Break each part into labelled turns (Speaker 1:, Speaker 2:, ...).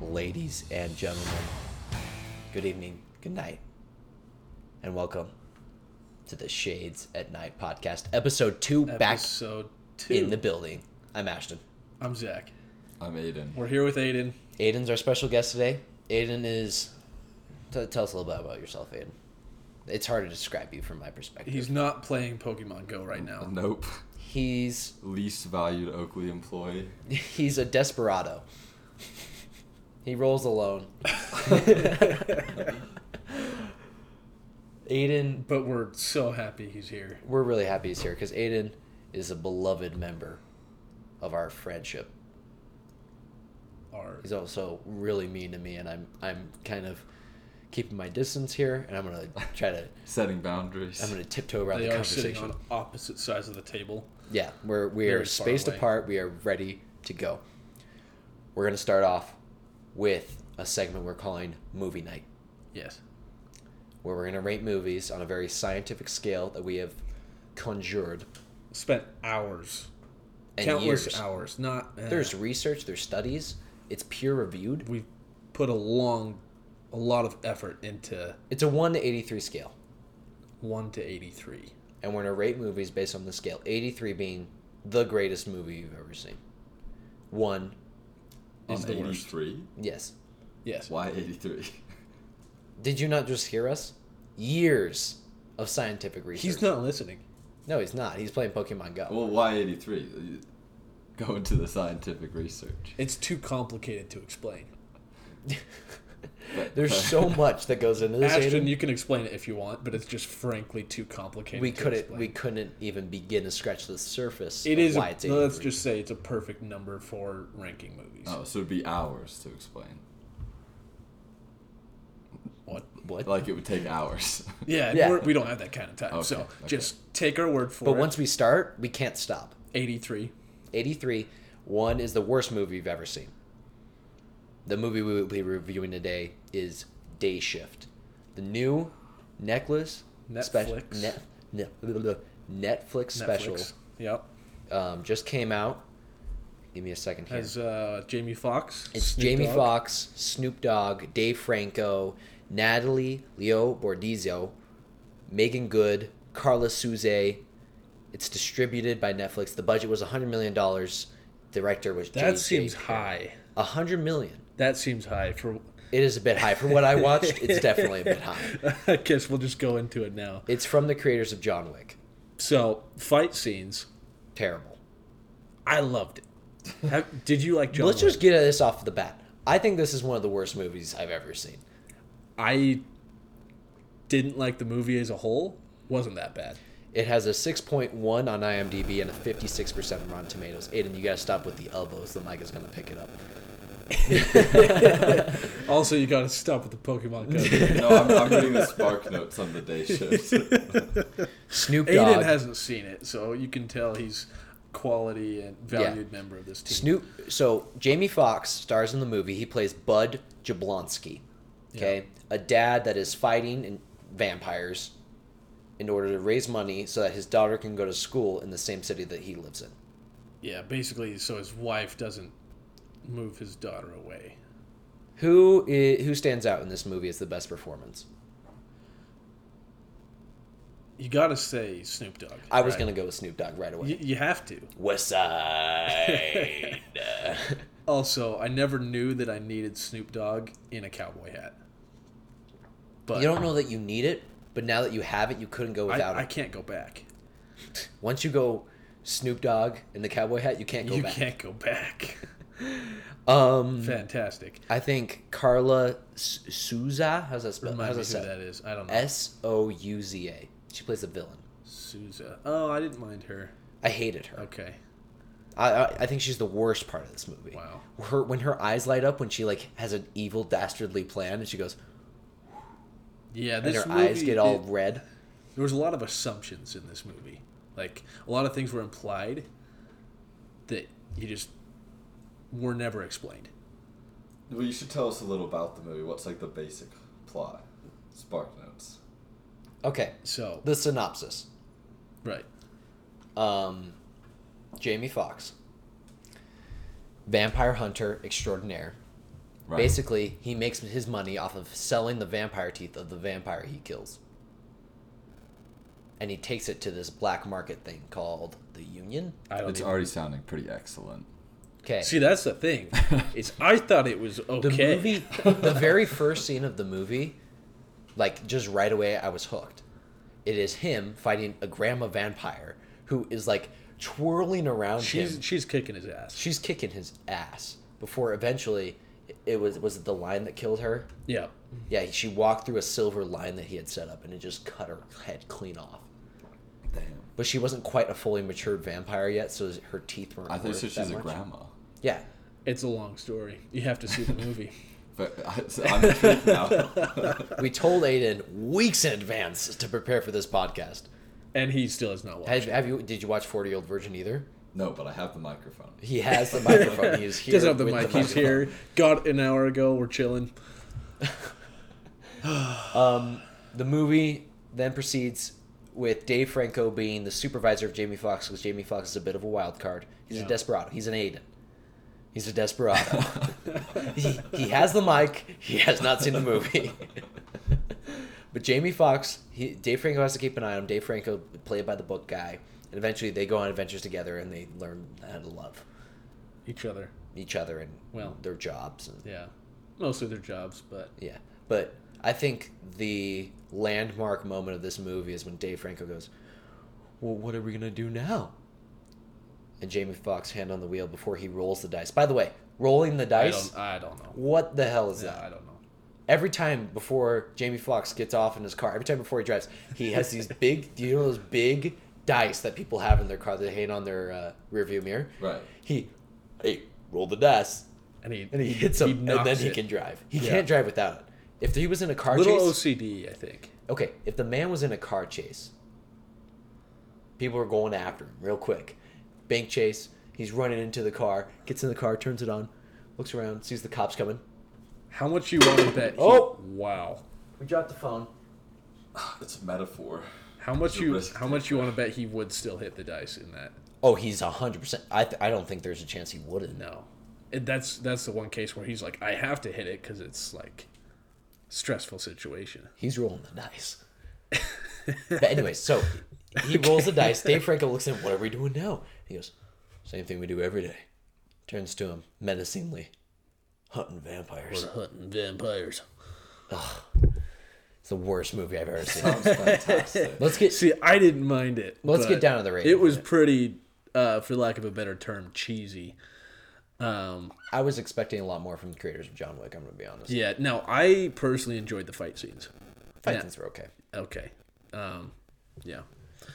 Speaker 1: ladies and gentlemen. Good evening, good night, and welcome to the Shades at Night podcast, episode two, back
Speaker 2: Episode two.
Speaker 1: in the building. I'm Ashton.
Speaker 2: I'm Zach.
Speaker 3: I'm Aiden.
Speaker 2: We're here with Aiden.
Speaker 1: Aiden's our special guest today. Aiden is. T- tell us a little bit about yourself, Aiden. It's hard to describe you from my perspective.
Speaker 2: He's not playing Pokemon Go right now.
Speaker 3: Nope.
Speaker 1: he's
Speaker 3: Least valued Oakley employee.
Speaker 1: he's a desperado. He rolls alone. Aiden,
Speaker 2: But we're so happy he's here.
Speaker 1: we're really happy he's here because Aiden is a beloved member of our friendship.
Speaker 2: Our
Speaker 1: He's also really mean to me, and I'm I'm kind of keeping my distance here, and I'm gonna try to
Speaker 3: Setting boundaries.
Speaker 1: I'm gonna tiptoe around
Speaker 2: they
Speaker 1: the
Speaker 2: are sitting
Speaker 1: conversation.
Speaker 2: on opposite sides of the table.
Speaker 1: Yeah, we're we are
Speaker 2: Very far
Speaker 1: spaced
Speaker 2: away.
Speaker 1: apart. We are ready to go. We're gonna start off with a segment we're calling movie night,
Speaker 2: Yes.
Speaker 1: where we're gonna rate movies on a very scientific scale that we have conjured.
Speaker 2: Spent hours.
Speaker 1: And
Speaker 2: countless
Speaker 1: years.
Speaker 2: hours. Not eh.
Speaker 1: There's research. There's studies. It's peer reviewed.
Speaker 2: we've put a long a lot of effort into
Speaker 1: It's a one to eighty three scale,
Speaker 2: one to eighty three.
Speaker 1: and we're gonna rate movies based on the scale. Eighty three being the greatest movie you've ever seen. One,
Speaker 3: On
Speaker 2: Is the worst.
Speaker 3: 83?
Speaker 1: yes.
Speaker 2: Yes.
Speaker 3: Why 83?
Speaker 1: Did you not just hear us? Years of scientific research.
Speaker 2: He's not listening.
Speaker 1: No, he's not. He's playing Pokemon Go.
Speaker 3: well, why 83? Go into the scientific research.
Speaker 2: It's too complicated to explain.
Speaker 1: There's so much that goes into this.
Speaker 2: Ashton,
Speaker 1: Aiden.
Speaker 2: you can explain it if you want, but it's just frankly too complicated.
Speaker 1: we
Speaker 2: to
Speaker 1: couldn't
Speaker 2: explain.
Speaker 1: we couldn't even begin to scratch the surface.
Speaker 2: It
Speaker 1: of
Speaker 2: is.
Speaker 1: why
Speaker 2: A,
Speaker 1: it's
Speaker 2: let's
Speaker 1: 83.
Speaker 2: just say it's a perfect number for ranking movies.
Speaker 3: Oh, so it'd be hours to explain.
Speaker 2: What?
Speaker 1: what.
Speaker 3: Like it would take hours.
Speaker 2: Yeah,
Speaker 1: Yeah.
Speaker 2: We're, we don't have that kind of time.
Speaker 3: Okay,
Speaker 2: so
Speaker 3: okay.
Speaker 2: just take our word for
Speaker 1: but
Speaker 2: it.
Speaker 1: once we start, we can't stop.
Speaker 2: 83.
Speaker 1: 83. One is the worst movie you've ever seen. The movie we will be reviewing today is Day Shift, the new necklace
Speaker 2: Netflix.
Speaker 1: net, net, Netflix special
Speaker 2: Netflix. Yep.
Speaker 1: um, just came out. Give me a second here.
Speaker 2: Has uh, Jamie Foxx.
Speaker 1: It's
Speaker 2: Snoop
Speaker 1: Jamie
Speaker 2: Dogg.
Speaker 1: Foxx, Snoop Dogg, Dave Franco, Natalie Leo Bordizio, Megan Good, Carla Souze. It's distributed by Netflix. The budget was $100 million. Director was
Speaker 2: That
Speaker 1: J.J.
Speaker 2: seems
Speaker 1: Abrams.
Speaker 2: high.
Speaker 1: $100 million.
Speaker 2: That seems high for.
Speaker 1: It is a bit high. From what I watched, it's definitely a bit high.
Speaker 2: I guess we'll just go into it now.
Speaker 1: It's from the creators of John Wick.
Speaker 2: So fight scenes.
Speaker 1: Terrible.
Speaker 2: I loved it. Have, did you like John?
Speaker 1: Let's
Speaker 2: Wick?
Speaker 1: just get at this off the bat. I think this is one of the worst movies I've ever seen.
Speaker 2: I didn't like the movie as a whole. Wasn't that bad.
Speaker 1: It has a 6.1 on IMDb and a 56% on Rotten Tomatoes. Aiden, you gotta stop with the elbows. The mic is gonna pick it up.
Speaker 2: Also, you got to stop with the Pokemon Go.
Speaker 3: no, I'm, I'm reading the spark notes on the day shift.
Speaker 1: Snoop
Speaker 2: Aiden
Speaker 1: Dogg.
Speaker 2: hasn't seen it, so you can tell he's quality and valued member of this team.
Speaker 1: Snoop. So Jamie Foxx stars in the movie. He plays Bud Jablonski. Okay, a dad that is fighting in vampires in order to raise money so that his daughter can go to school in the same city that he lives in.
Speaker 2: Yeah, basically, so his wife doesn't move his daughter away.
Speaker 1: Who i who stands out in this movie as the best performance?
Speaker 2: You gotta say Snoop Dogg.
Speaker 1: I was
Speaker 2: right?
Speaker 1: gonna go with Snoop Dogg right away.
Speaker 2: Y- you have to.
Speaker 1: West Side.
Speaker 2: Also, I never knew that I needed Snoop Dogg in a cowboy hat. But
Speaker 1: you don't know that you need it, but now that you have it, you couldn't go
Speaker 2: I,
Speaker 1: without
Speaker 2: I
Speaker 1: it.
Speaker 2: can't go back.
Speaker 1: Once you go Snoop Dogg in the cowboy hat, you can't go
Speaker 2: you
Speaker 1: back.
Speaker 2: can't go back.
Speaker 1: Um,
Speaker 2: Fantastic.
Speaker 1: I think Carla S- Souza. How's that spelled?
Speaker 2: Remind
Speaker 1: How's
Speaker 2: me who
Speaker 1: that
Speaker 2: that
Speaker 1: spelled?
Speaker 2: is. I don't know.
Speaker 1: S O U Z A. She plays a villain.
Speaker 2: Souza. Oh, I didn't mind her.
Speaker 1: I hated her.
Speaker 2: Okay.
Speaker 1: I, I I think she's the worst part of this movie.
Speaker 2: Wow.
Speaker 1: Her when her eyes light up when she like has an evil dastardly plan and she goes
Speaker 2: Yeah,
Speaker 1: and
Speaker 2: this
Speaker 1: her eyes
Speaker 2: movie
Speaker 1: get all
Speaker 2: did-
Speaker 1: red.
Speaker 2: there was a lot of assumptions in this movie. Like a lot of things were implied that you just were never explained.
Speaker 3: well, you should tell us a little about the movie. What's like the basic plot? Spark notes.
Speaker 1: Okay.
Speaker 2: So
Speaker 1: The synopsis.
Speaker 2: right,
Speaker 1: um, Jamie Fox, vampire hunter extraordinaire,
Speaker 3: Right.
Speaker 1: Basically, he makes his money off of selling the vampire teeth of the vampire he kills. And he takes it to this black market thing called the Union.
Speaker 2: I don't
Speaker 3: It's
Speaker 2: even-
Speaker 3: already sounding pretty excellent.
Speaker 1: Okay.
Speaker 2: See, that's the thing. Is I thought it was
Speaker 1: the
Speaker 2: okay.
Speaker 1: movie the very first scene of the movie, like just right away I was hooked. It is him fighting a grandma vampire who is like twirling around
Speaker 2: she's
Speaker 1: him.
Speaker 2: she's kicking his ass.
Speaker 1: She's kicking his ass before eventually it was was it the line that killed her?
Speaker 2: Yeah.
Speaker 1: Yeah, she walked through a silver line that he had set up, and it just cut her head clean off.
Speaker 3: Damn.
Speaker 1: But she wasn't quite a fully matured vampire yet, so her teeth weren't.
Speaker 3: I thought you
Speaker 1: worth
Speaker 3: said she's
Speaker 1: that
Speaker 3: a
Speaker 1: much.
Speaker 3: grandma.
Speaker 1: Yeah,
Speaker 2: It's a long story. You have to see the movie.
Speaker 3: But I, so I'm intrigued now.
Speaker 1: we told Aiden weeks in advance to prepare for this podcast.
Speaker 2: and he still has not watched
Speaker 1: Have,
Speaker 2: it.
Speaker 1: have you? Did you watch Forty Year Old Virgin either?
Speaker 3: no, but I have the microphone.
Speaker 1: He has the microphone. He's
Speaker 2: He
Speaker 1: here.
Speaker 2: doesn't have the
Speaker 1: with
Speaker 2: mic. He's
Speaker 1: microphone.
Speaker 2: here. Got an hour ago. We're chilling.
Speaker 1: Um, the movie then proceeds with Dave Franco being the supervisor of Jamie Foxx because Jamie Foxx is a bit of a wild card. He's
Speaker 2: Yeah.
Speaker 1: a desperado. He's an Aiden. He's a desperado. he, he has the mic. He has not seen the movie. but Jamie Foxx, he, Dave Franco has to keep an eye on him. Dave Franco, played by the book guy, and eventually they go on adventures together and they learn how to love
Speaker 2: Each other.
Speaker 1: each other and
Speaker 2: Well.
Speaker 1: their jobs. And,
Speaker 2: Yeah. Mostly their jobs, but
Speaker 1: yeah, but I think the landmark moment of this movie is when Dave Franco goes, "Well, what are we gonna do now?" And Jamie Foxx hand on the wheel before he rolls the dice. By the way, rolling the
Speaker 2: I
Speaker 1: dice.
Speaker 2: don't, I don't know.
Speaker 1: What the hell is
Speaker 2: Yeah,
Speaker 1: that?
Speaker 2: I don't know.
Speaker 1: Every time before Jamie Foxx gets off in his car, every time before he drives, he has these big, do you know those big dice that people have in their car that hang on their uh, rearview mirror?
Speaker 3: Right.
Speaker 1: He, hey, roll the dice,
Speaker 2: And he
Speaker 1: and he hits
Speaker 2: he
Speaker 1: him, and then
Speaker 2: knocks
Speaker 1: he
Speaker 2: it.
Speaker 1: can drive. He
Speaker 2: Yeah.
Speaker 1: can't drive without it. If he was in a car
Speaker 2: little
Speaker 1: chase,
Speaker 2: OCD, I think.
Speaker 1: okay, if the man was in a car chase, people are going after him real quick. Bank chase, he's running into the car, gets in the car, turns it on, looks around, sees the cops coming.
Speaker 2: How much you want to bet? he-
Speaker 1: Oh!
Speaker 2: wow.
Speaker 1: We dropped the phone.
Speaker 3: It's a metaphor.
Speaker 2: How much
Speaker 3: The
Speaker 2: you
Speaker 3: risk
Speaker 2: how much you want to bet he would still hit the dice in that?
Speaker 1: Oh, he's 100%. I, th- I don't think there's a chance he wouldn't.
Speaker 2: No, and that's that's the one case where he's like, I have to hit it because it's like stressful situation.
Speaker 1: He's rolling the dice. but anyway, so he rolls the dice. Dave Franco looks at him, what are we doing now? He goes, same thing we do every day. Turns to him menacingly, hunting vampires.
Speaker 2: hunting vampires.
Speaker 1: It's the worst movie I've ever seen.
Speaker 3: Sounds fantastic.
Speaker 1: Let's get
Speaker 2: See, I didn't mind it.
Speaker 1: Let's
Speaker 2: but
Speaker 1: get down to the rating
Speaker 2: It was
Speaker 1: of it.
Speaker 2: pretty, uh, for lack of a better term, cheesy. Um,
Speaker 1: I was expecting a lot more from the creators of John Wick. I'm gonna be honest.
Speaker 2: yeah. Now, I personally enjoyed the fight scenes.
Speaker 1: Fight
Speaker 2: Yeah.
Speaker 1: scenes were okay.
Speaker 2: Okay. Um, yeah.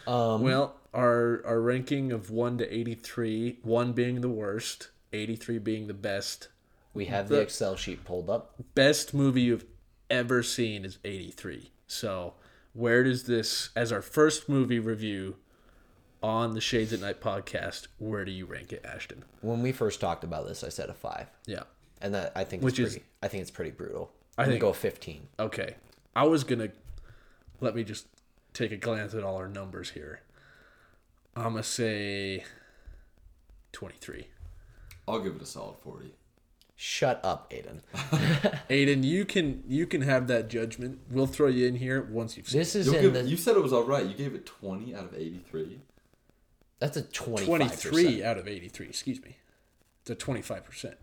Speaker 1: Um,
Speaker 2: Well, our our ranking of one to eighty three, one being the worst, eighty three being the best.
Speaker 1: we have the Excel sheet pulled up.
Speaker 2: Best movie you've ever seen is eighty three. So where does this as our first movie review on the Shades at Night podcast, where do you rank it, Ashton?
Speaker 1: When we first talked about this, I said a five,
Speaker 2: Yeah.
Speaker 1: and that I think
Speaker 2: Which
Speaker 1: it's
Speaker 2: is-
Speaker 1: pretty, I think it's pretty brutal.
Speaker 2: I
Speaker 1: I'm gonna
Speaker 2: think-
Speaker 1: go a 15.
Speaker 2: Okay. I was gonna let me just take a glance at all our numbers here. I'ma say twenty three.
Speaker 3: I'll give it a solid 40.
Speaker 1: Shut up, Aiden.
Speaker 2: Aiden, you can you can have that judgment. We'll throw you in here once you've seen
Speaker 1: This is
Speaker 3: You'll
Speaker 1: in
Speaker 3: give-
Speaker 1: the
Speaker 3: you said it was all right. You gave it 20 out of 83.
Speaker 1: that's a 25.
Speaker 2: 23 out of 83. Excuse me. It's a 25%.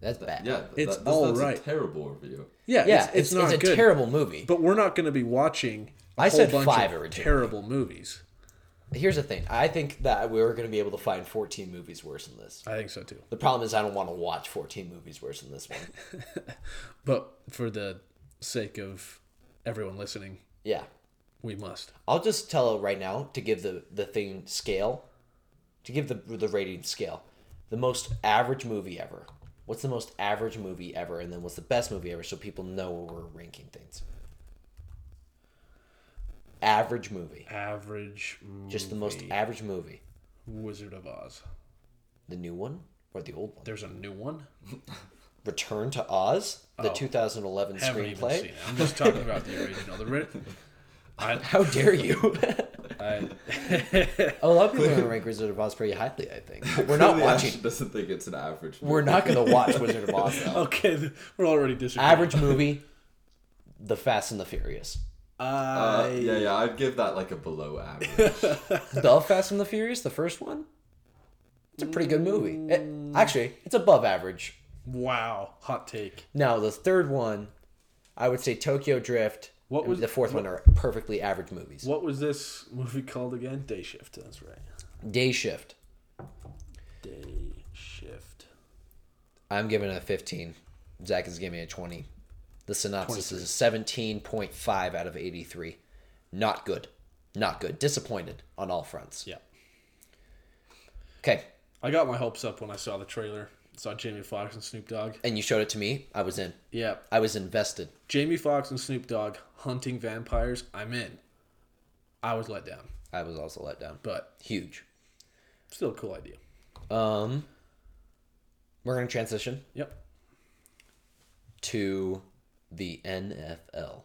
Speaker 1: That's bad.
Speaker 3: Yeah, th-
Speaker 2: It's
Speaker 3: that, that's,
Speaker 2: all
Speaker 3: that's
Speaker 2: right.
Speaker 3: a terrible review.
Speaker 2: Yeah,
Speaker 1: yeah.
Speaker 2: it's, it's not
Speaker 1: a
Speaker 2: good.
Speaker 1: terrible movie.
Speaker 2: But we're not going to be watching a
Speaker 1: I
Speaker 2: whole
Speaker 1: said
Speaker 2: bunch
Speaker 1: five
Speaker 2: of
Speaker 1: originally.
Speaker 2: terrible movies.
Speaker 1: Here's the thing. I think that we were gonna be able to find 14 movies worse than this.
Speaker 2: I think so too.
Speaker 1: The problem is I don't want to watch 14 movies worse than this one.
Speaker 2: But for the sake of everyone listening,
Speaker 1: Yeah.
Speaker 2: we must.
Speaker 1: I'll just tell right now to give the the thing scale, to give the the rating scale. The most average movie ever. What's the most average movie ever, and then what's the best movie ever, so people know where we're ranking things. Average movie,
Speaker 2: Average
Speaker 1: just the most average movie.
Speaker 2: Wizard of Oz.
Speaker 1: The new one or the old one?
Speaker 2: There's a new one.
Speaker 1: Return to Oz, the
Speaker 2: Oh.
Speaker 1: 2011
Speaker 2: Haven't even seen
Speaker 1: screenplay.
Speaker 2: it. I'm just talking about the original. The ri- I,
Speaker 1: How dare you?
Speaker 2: I,
Speaker 1: A lot of people are gonna rank Wizard of Oz pretty highly. I think we're not
Speaker 3: Clearly, Ash
Speaker 1: watching.
Speaker 3: doesn't think it's an average. Movie.
Speaker 1: We're not gonna watch Wizard of Oz. Though.
Speaker 2: okay, th- we're already disagreeing.
Speaker 1: Average movie, The Fast and the Furious.
Speaker 3: Uh,
Speaker 2: I-
Speaker 3: yeah, yeah, I'd give that like a below average.
Speaker 1: The Fast and the Furious, the first one. It's a pretty good movie.
Speaker 2: Mm.
Speaker 1: It- actually, it's above average.
Speaker 2: Wow, hot take.
Speaker 1: Now the third one, I would say Tokyo Drift.
Speaker 2: What
Speaker 1: and
Speaker 2: was-
Speaker 1: the fourth one? Are perfectly average movies.
Speaker 2: What was this movie called again? Day Shift. That's right.
Speaker 1: Day Shift.
Speaker 2: Day Shift.
Speaker 1: I'm giving it a 15. Zach is giving it a 20. The synopsis is 17.5 out of 83. Not good. Not good. Disappointed on all fronts.
Speaker 2: Yeah.
Speaker 1: Okay.
Speaker 2: I got my hopes up when I saw the trailer. Saw Jamie Foxx and Snoop Dogg.
Speaker 1: And you showed it to me. I was in.
Speaker 2: Yeah,
Speaker 1: I was invested.
Speaker 2: Jamie Foxx and Snoop Dogg hunting vampires. I'm in. I was let down,
Speaker 1: I was also let down.
Speaker 2: but
Speaker 1: Huge.
Speaker 2: still a cool idea.
Speaker 1: Um, we're going to transition
Speaker 2: Yep.
Speaker 1: to the NFL.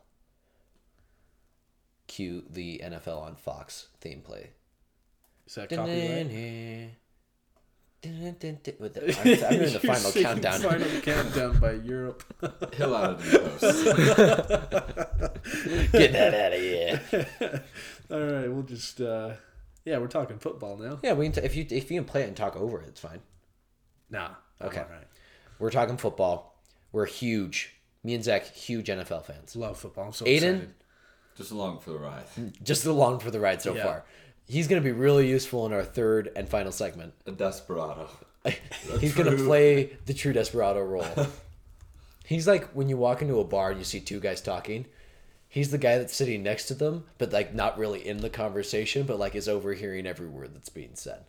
Speaker 1: Cue the NFL on Fox theme play.
Speaker 2: Is that
Speaker 1: Dun,
Speaker 2: copyright?
Speaker 1: dun, dun, dun, dun, with the- I'm, I'm doing the
Speaker 2: You're
Speaker 1: final
Speaker 2: singing
Speaker 1: countdown.
Speaker 2: Final countdown by Europe.
Speaker 3: He'll add it in post.
Speaker 1: Get that out of here.
Speaker 2: All right, we'll just uh yeah, we're talking football now.
Speaker 1: Yeah, we can t- if you if you can play it and talk over it, it's fine.
Speaker 2: Nah. I'm
Speaker 1: Okay.
Speaker 2: all right.
Speaker 1: We're talking football. We're huge. Me and Zach, huge NFL fans.
Speaker 2: Love football. I'm so
Speaker 1: Aiden?
Speaker 3: Just along for the ride.
Speaker 1: Just along for the ride so
Speaker 2: Yeah.
Speaker 1: far. He's gonna be really useful in our third and final segment.
Speaker 3: A desperado.
Speaker 1: He's gonna play the true desperado role. He's like when you walk into a bar and you see two guys talking. He's the guy that's sitting next to them, but like not really in the conversation, but like is overhearing every word that's being said.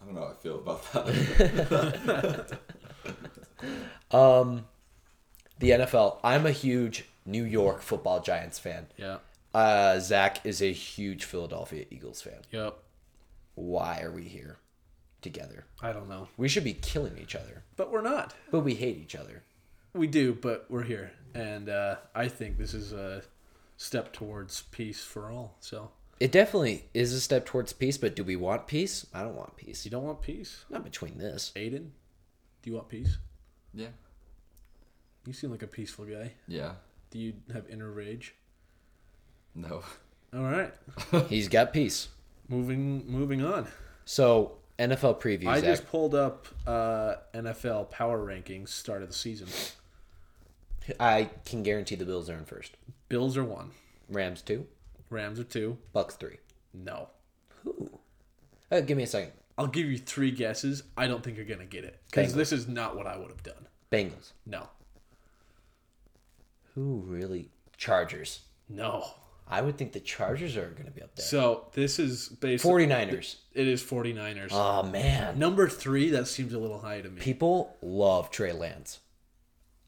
Speaker 3: I don't know how I feel about that.
Speaker 1: The NFL. I'm a huge New York Football Giants fan.
Speaker 2: Yeah.
Speaker 1: Uh, Zach is a huge Philadelphia Eagles fan.
Speaker 2: Yep.
Speaker 1: Why are we here together?
Speaker 2: I don't know.
Speaker 1: We should be killing each other,
Speaker 2: But we're not.
Speaker 1: but we hate each other.
Speaker 2: We do, but we're here. And uh I think this is a step towards peace for all. So
Speaker 1: It definitely is a step towards peace, but do we want peace? I don't want peace.
Speaker 2: you don't want peace?
Speaker 1: Not between this.
Speaker 2: Aiden? Do you want peace?
Speaker 3: yeah.
Speaker 2: You seem like a peaceful guy.
Speaker 3: Yeah.
Speaker 2: Do you have inner rage?
Speaker 3: No.
Speaker 2: All right.
Speaker 1: He's got peace.
Speaker 2: Moving moving on.
Speaker 1: So NFL preview,
Speaker 2: I
Speaker 1: Zach.
Speaker 2: just pulled up uh, NFL power rankings start of the season.
Speaker 1: I can guarantee the Bills are in first.
Speaker 2: Bills are one,
Speaker 1: Rams two,
Speaker 2: Rams are two.
Speaker 1: Bucks three.
Speaker 2: No,
Speaker 1: Uh, give me a second.
Speaker 2: I'll give you three guesses. I don't think you're gonna get it because this is not what I would have done.
Speaker 1: Bengals.
Speaker 2: No,
Speaker 1: Who really? Chargers.
Speaker 2: no.
Speaker 1: I would think the Chargers are going to be up there.
Speaker 2: So this is based.
Speaker 1: 49ers.
Speaker 2: It is 49ers.
Speaker 1: Oh man.
Speaker 2: Number three. That seems a little high to me.
Speaker 1: People love Trey Lance.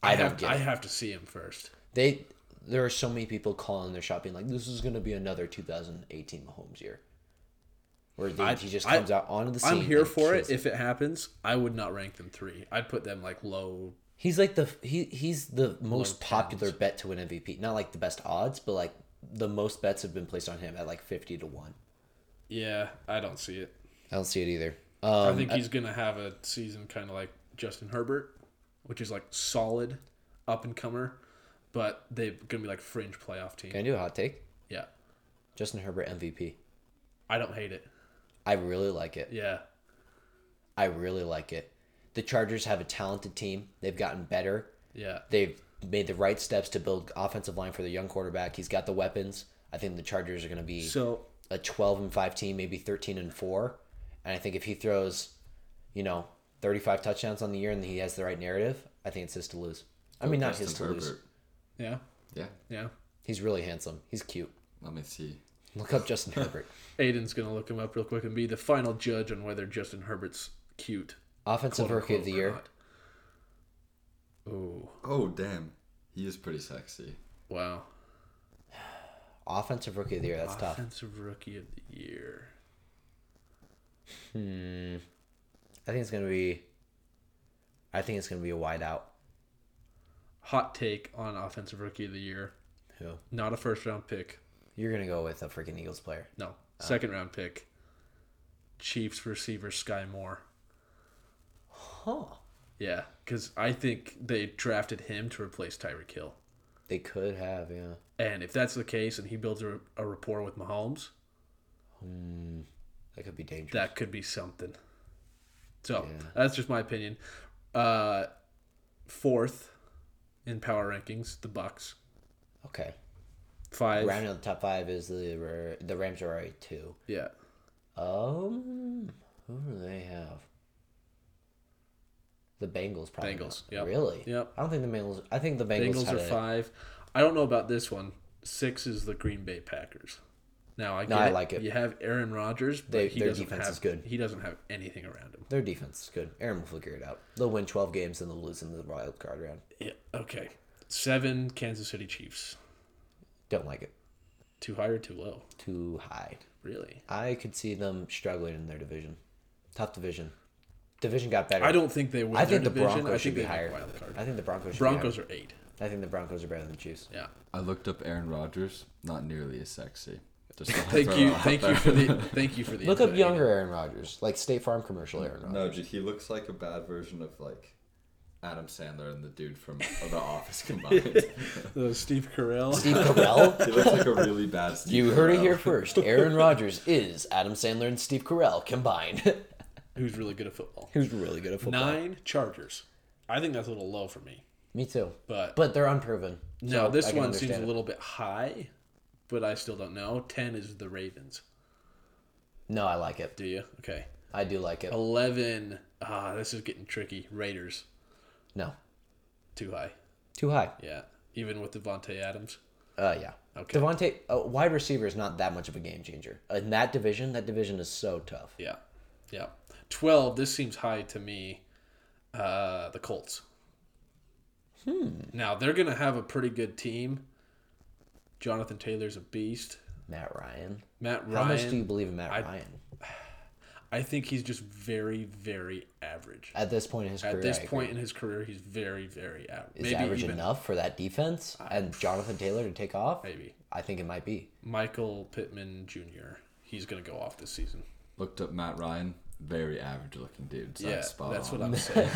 Speaker 1: I, don't
Speaker 2: have,
Speaker 1: get
Speaker 2: I
Speaker 1: it.
Speaker 2: have to see him first.
Speaker 1: They there are so many people calling their shopping like this is going to be another 2018 Mahomes year, where they,
Speaker 2: I-
Speaker 1: he just
Speaker 2: I-
Speaker 1: comes out onto the scene.
Speaker 2: I'm here
Speaker 1: and
Speaker 2: for
Speaker 1: kills
Speaker 2: it. If it happens, I would not rank them three. I'd put them like low.
Speaker 1: he's like the he he's the most popular bet to win MVP. Not like the best odds, but like the most bets have been placed on him at like 50 to one.
Speaker 2: Yeah, I don't see it.
Speaker 1: I don't see it either.
Speaker 2: I
Speaker 1: Um,
Speaker 2: think he's going to have a season kind of like Justin Herbert, which is like solid up and comer, but they're going to be like fringe playoff team.
Speaker 1: can I do a hot take?
Speaker 2: Yeah.
Speaker 1: Justin Herbert MVP.
Speaker 2: I don't hate it.
Speaker 1: I really like it.
Speaker 2: Yeah.
Speaker 1: I really like it. The Chargers have a talented team. They've gotten better.
Speaker 2: Yeah.
Speaker 1: They've made the right steps to build offensive line for the young quarterback. He's got the weapons. I think the Chargers are going to be
Speaker 2: So,
Speaker 1: a 12 and 5 team, maybe 13 and 4. And I think if he throws, you know, 35 touchdowns on the year and he has the right narrative, I think it's his to lose. I mean, not his to
Speaker 3: Justin
Speaker 1: lose.
Speaker 3: Herbert.
Speaker 2: yeah.
Speaker 3: Yeah.
Speaker 2: Yeah.
Speaker 1: He's really handsome. He's cute.
Speaker 3: Let me see.
Speaker 1: Look up Justin Herbert.
Speaker 2: Aiden's going to look him up real quick and be the final judge on whether Justin Herbert's cute.
Speaker 1: Offensive
Speaker 2: quote,
Speaker 1: Rookie of the
Speaker 2: unquote, or
Speaker 1: Year.
Speaker 2: not. Oh,
Speaker 3: Oh damn. He is pretty sexy.
Speaker 2: wow.
Speaker 1: Offensive Rookie of the Year. That's tough.
Speaker 2: Offensive Rookie of the Year.
Speaker 1: I think it's going to be. I think it's going to be a wide out.
Speaker 2: Hot take on Offensive Rookie of the Year.
Speaker 1: Who?
Speaker 2: Not a first round pick.
Speaker 1: You're gonna go with a freaking Eagles player.
Speaker 2: No,
Speaker 1: Ah.
Speaker 2: second round pick. Chiefs receiver Sky Moore.
Speaker 1: Huh.
Speaker 2: Yeah, because I think they drafted him to replace Tyreek Hill.
Speaker 1: They could have, yeah.
Speaker 2: And if that's the case and he builds a, a rapport with Mahomes,
Speaker 1: That could be dangerous.
Speaker 2: that could be something. So that's just my opinion. Uh, fourth in power rankings, the Bucks.
Speaker 1: okay.
Speaker 2: Five.
Speaker 1: Rounding out the top five is the Ra- the Rams are already two.
Speaker 2: Yeah.
Speaker 1: Um, who do they have? The Bengals probably.
Speaker 2: Bengals,
Speaker 1: not.
Speaker 2: yep.
Speaker 1: Really?
Speaker 2: Yep.
Speaker 1: I don't think the Bengals. I think the Bengals,
Speaker 2: Bengals
Speaker 1: had
Speaker 2: are
Speaker 1: it.
Speaker 2: five. I don't know about this one. Six is the Green Bay Packers. Now I get
Speaker 1: I like it.
Speaker 2: You have Aaron Rodgers, but
Speaker 1: They-
Speaker 2: he
Speaker 1: their
Speaker 2: doesn't
Speaker 1: defense
Speaker 2: have
Speaker 1: is good.
Speaker 2: he doesn't have anything around him.
Speaker 1: Their defense is good. Aaron will figure it out. They'll win twelve games and they'll lose in the wild card round.
Speaker 2: Yeah. Okay. Seven Kansas City Chiefs.
Speaker 1: Don't like it.
Speaker 2: Too high or too low?
Speaker 1: Too high.
Speaker 2: Really?
Speaker 1: I could see them struggling in their division. Tough division. Division got better.
Speaker 2: I don't think they win.
Speaker 1: I
Speaker 2: their
Speaker 1: think the
Speaker 2: division. I
Speaker 1: Broncos
Speaker 2: think
Speaker 1: should be
Speaker 2: they make
Speaker 1: higher.
Speaker 2: Wild card.
Speaker 1: I think the Broncos. Should
Speaker 2: Broncos
Speaker 1: Be
Speaker 2: are eight.
Speaker 1: higher. I think the Broncos are better than the Chiefs.
Speaker 2: Yeah.
Speaker 3: I looked up Aaron Rodgers. Not nearly as sexy. Just to
Speaker 2: Thank
Speaker 3: throw
Speaker 2: you.
Speaker 3: it out
Speaker 2: Thank
Speaker 3: there.
Speaker 2: you for the. Thank you for the.
Speaker 1: Look up
Speaker 2: input,
Speaker 1: younger Aaron Rodgers, like State Farm commercial Aaron Rodgers.
Speaker 3: No, dude, he looks like a bad version of like Adam Sandler and the dude from The Office combined.
Speaker 2: Ian. Uh, Steve Carell.
Speaker 1: Steve Carell.
Speaker 3: he looks like a really bad. Steve
Speaker 1: You heard it
Speaker 3: Carell.
Speaker 1: here first. Aaron Rodgers is Adam Sandler and Steve Carell combined.
Speaker 2: who's really good at football.
Speaker 1: Who's really good at football?
Speaker 2: Nine Chargers. I think that's a little low for me,
Speaker 1: Me too.
Speaker 2: but
Speaker 1: But they're unproven.
Speaker 2: no,
Speaker 1: so I
Speaker 2: this
Speaker 1: can
Speaker 2: one
Speaker 1: understand
Speaker 2: seems a
Speaker 1: it.
Speaker 2: little bit high, but I still don't know. Ten is the Ravens.
Speaker 1: No, I like it.
Speaker 2: Do you? Okay.
Speaker 1: I do like it.
Speaker 2: Eleven. Ah, this is getting tricky. Raiders
Speaker 1: No,
Speaker 2: too high.
Speaker 1: too high.
Speaker 2: Yeah. Even with Devontae Adams.
Speaker 1: Uh, yeah.
Speaker 2: Okay.
Speaker 1: Devontae, a wide receiver is not that much of a game changer in that division. That division is so tough.
Speaker 2: Yeah. Yeah. 12, this seems high to me. Uh, the Colts. Hmm. Now, they're going to have a pretty good team. Jonathan Taylor's a beast.
Speaker 1: Matt Ryan.
Speaker 2: Matt Ryan.
Speaker 1: How much do you believe in Matt
Speaker 2: I-
Speaker 1: Ryan?
Speaker 2: I think he's just very, very average.
Speaker 1: At this point in his career,
Speaker 2: At this
Speaker 1: I agree.
Speaker 2: point in his career, he's very, very average.
Speaker 1: is
Speaker 2: maybe
Speaker 1: average
Speaker 2: even,
Speaker 1: enough for that defense and Jonathan Taylor to take off?
Speaker 2: Maybe.
Speaker 1: I think it might be.
Speaker 2: Michael Pittman Jr., he's going to go off this season.
Speaker 3: Looked up Matt Ryan. Very average looking dude. So
Speaker 2: yeah,
Speaker 3: that's spot
Speaker 2: that's
Speaker 3: on.
Speaker 2: what I'm saying.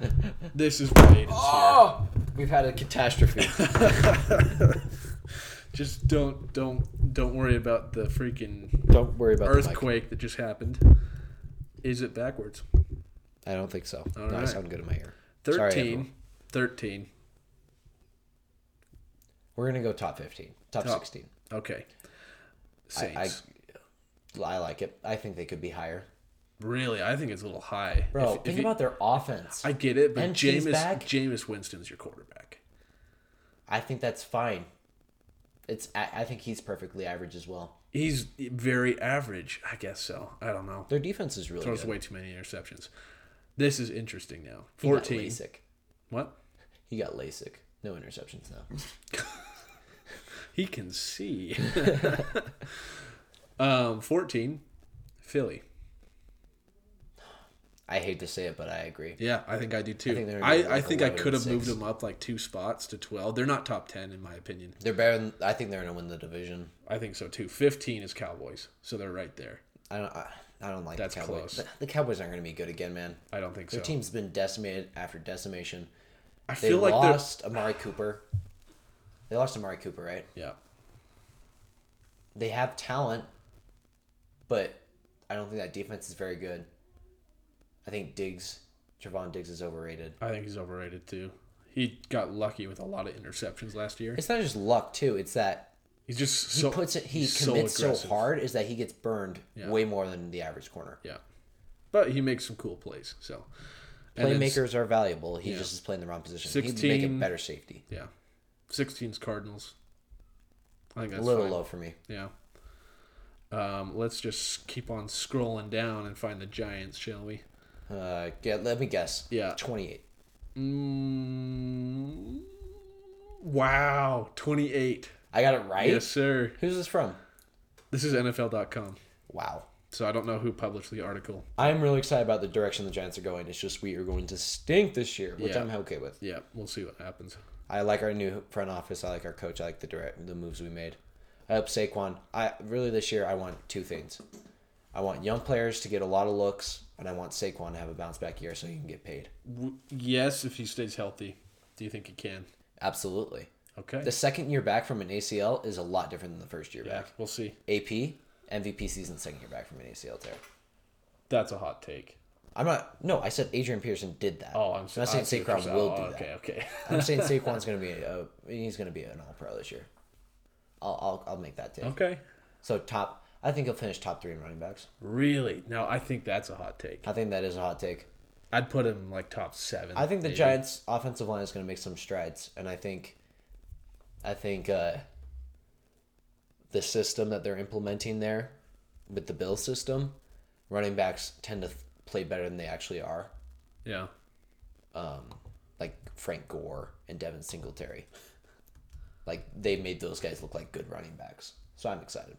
Speaker 2: this is why Aiden's
Speaker 1: Oh!
Speaker 2: here.
Speaker 1: We've had a catastrophe.
Speaker 2: Just don't don't don't worry about the freaking
Speaker 1: Don't worry about the mic.
Speaker 2: earthquake that just happened. Is it backwards?
Speaker 1: I don't think so. No, I
Speaker 2: right.
Speaker 1: sound good in my ear. Sorry,
Speaker 2: 13.
Speaker 1: everyone.
Speaker 2: 13.
Speaker 1: We're gonna go top fifteen, top,
Speaker 2: Top.
Speaker 1: sixteen.
Speaker 2: Okay.
Speaker 1: I,
Speaker 2: Saints.
Speaker 1: I, I like it. I think they could be higher.
Speaker 2: really, I think it's a little high.
Speaker 1: Bro,
Speaker 2: If- if
Speaker 1: think
Speaker 2: you-
Speaker 1: about their offense.
Speaker 2: I get it, but
Speaker 1: and she's
Speaker 2: Jameis
Speaker 1: back.
Speaker 2: Jameis Winston's your quarterback.
Speaker 1: I think that's fine. It's I, I think he's perfectly average as well.
Speaker 2: He's very average, I guess so. I don't know.
Speaker 1: Their defense is really
Speaker 2: Throws
Speaker 1: good.
Speaker 2: way too many interceptions. This is interesting now.
Speaker 1: He got
Speaker 2: 14.
Speaker 1: LASIK.
Speaker 2: What?
Speaker 1: He got LASIK. No interceptions now.
Speaker 2: He can see. um 14. Philly.
Speaker 1: I hate to say it, but I agree.
Speaker 2: Yeah, I think I do too. I
Speaker 1: think they're
Speaker 2: think
Speaker 1: gonna
Speaker 2: I,
Speaker 1: be like
Speaker 2: think I
Speaker 1: 11,
Speaker 2: could have
Speaker 1: six.
Speaker 2: moved them up like two spots to twelve. They're not top ten in my opinion.
Speaker 1: They're better. Than, I think they're gonna win the division.
Speaker 2: I think so too. Fifteen is Cowboys, so they're right there.
Speaker 1: I don't. I, I don't like
Speaker 2: That's
Speaker 1: the Cowboys.
Speaker 2: close.
Speaker 1: The, the Cowboys aren't gonna be good again, man.
Speaker 2: I don't think so.
Speaker 1: Their team's been decimated after decimation.
Speaker 2: I
Speaker 1: They
Speaker 2: feel like
Speaker 1: lost Amari Cooper. They lost Amari Cooper, right?
Speaker 2: they're yeah.
Speaker 1: They have talent, but I don't think that defense is very good. I think Diggs, Javon Diggs, is overrated.
Speaker 2: I think he's overrated too. He got lucky with a lot of interceptions last year.
Speaker 1: It's not just luck too. It's that
Speaker 2: He's just
Speaker 1: he
Speaker 2: so
Speaker 1: puts it. He
Speaker 2: he's
Speaker 1: commits so,
Speaker 2: aggressive.
Speaker 1: hard is that he gets burned
Speaker 2: Yeah.
Speaker 1: way more than the average corner.
Speaker 2: Yeah, but he makes some cool plays. So And then s-
Speaker 1: Playmakers are valuable. He just is playing the wrong position. He'd make a
Speaker 2: 16.
Speaker 1: better safety.
Speaker 2: Yeah, 16's Cardinals. I think that's
Speaker 1: a little
Speaker 2: fine.
Speaker 1: low for me.
Speaker 2: Yeah. Um, let's just keep on scrolling down and find the Giants, shall we?
Speaker 1: Uh, yeah, let me guess.
Speaker 2: Yeah.
Speaker 1: twenty-eight.
Speaker 2: Mm, wow, 28.
Speaker 1: I got it right.
Speaker 2: Yes, sir.
Speaker 1: Who's this from?
Speaker 2: This is NFL.com.
Speaker 1: Wow.
Speaker 2: So I don't know who published the article.
Speaker 1: I'm really excited about the direction the Giants are going. It's just we are going to stink this year, which
Speaker 2: Yeah.
Speaker 1: I'm okay with.
Speaker 2: Yeah, we'll see what happens.
Speaker 1: I like our new front office. I like our coach. I like the direct the moves we made. I hope Saquon. I really this year I want two things. I want young players to get a lot of looks, and I want Saquon to have a bounce back year so he can get paid.
Speaker 2: W- yes, if he stays healthy. Do you think he can?
Speaker 1: Absolutely.
Speaker 2: Okay.
Speaker 1: The second year back from an ACL is a lot different than the first year
Speaker 2: yeah,
Speaker 1: back.
Speaker 2: we'll see.
Speaker 1: AP, MVP season, second year back from an ACL tear.
Speaker 2: That's a hot take.
Speaker 1: I'm not. No, I said Adrian Pearson did that.
Speaker 2: Oh,
Speaker 1: I'm
Speaker 2: I'm,
Speaker 1: not saying
Speaker 2: I see what you're
Speaker 1: Saquon
Speaker 2: saying.
Speaker 1: will
Speaker 2: Oh,
Speaker 1: do that.
Speaker 2: Okay, okay.
Speaker 1: I'm saying Saquon's gonna be a he's gonna be an All Pro this year. I'll I'll, I'll make that take.
Speaker 2: okay.
Speaker 1: So top, I think he'll finish top three in running backs.
Speaker 2: Really? No, I think that's a hot take.
Speaker 1: I think that is a hot take.
Speaker 2: I'd put him like top seven.
Speaker 1: I think the
Speaker 2: maybe.
Speaker 1: Giants' offensive line is going to make some strides, and I think, I think uh, the system that they're implementing there, with the Bill system, running backs tend to th- play better than they actually are.
Speaker 2: Yeah.
Speaker 1: Like Frank Gore and Devin Singletary, like they made those guys look like good running backs. So I'm excited.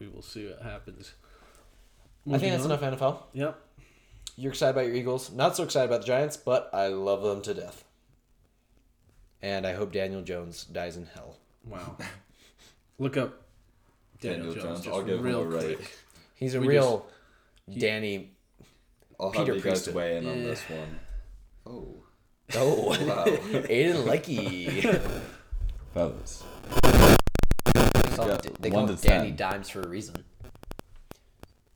Speaker 2: We will see what happens.
Speaker 1: I think
Speaker 2: Moving
Speaker 1: that's
Speaker 2: on.
Speaker 1: enough NFL.
Speaker 2: Yep.
Speaker 1: You're excited about your Eagles. Not so excited about the Giants, but I love them to death. And I hope Daniel Jones dies in hell.
Speaker 2: Wow. Look up Daniel,
Speaker 3: Daniel
Speaker 2: Jones.
Speaker 3: Jones. I'll
Speaker 2: just
Speaker 3: give him
Speaker 2: real
Speaker 3: a right.
Speaker 2: quick.
Speaker 1: He's a
Speaker 2: We
Speaker 1: real Danny.
Speaker 3: I'll
Speaker 1: Peter
Speaker 3: have you guys
Speaker 1: Priestley.
Speaker 3: weigh in on
Speaker 2: Yeah.
Speaker 3: this one. Oh.
Speaker 1: Oh,
Speaker 3: Wow.
Speaker 1: Aiden Lucky.
Speaker 3: Fellas.
Speaker 1: they call
Speaker 3: one
Speaker 1: him
Speaker 3: to
Speaker 1: Danny
Speaker 3: ten.
Speaker 1: Dimes for a reason.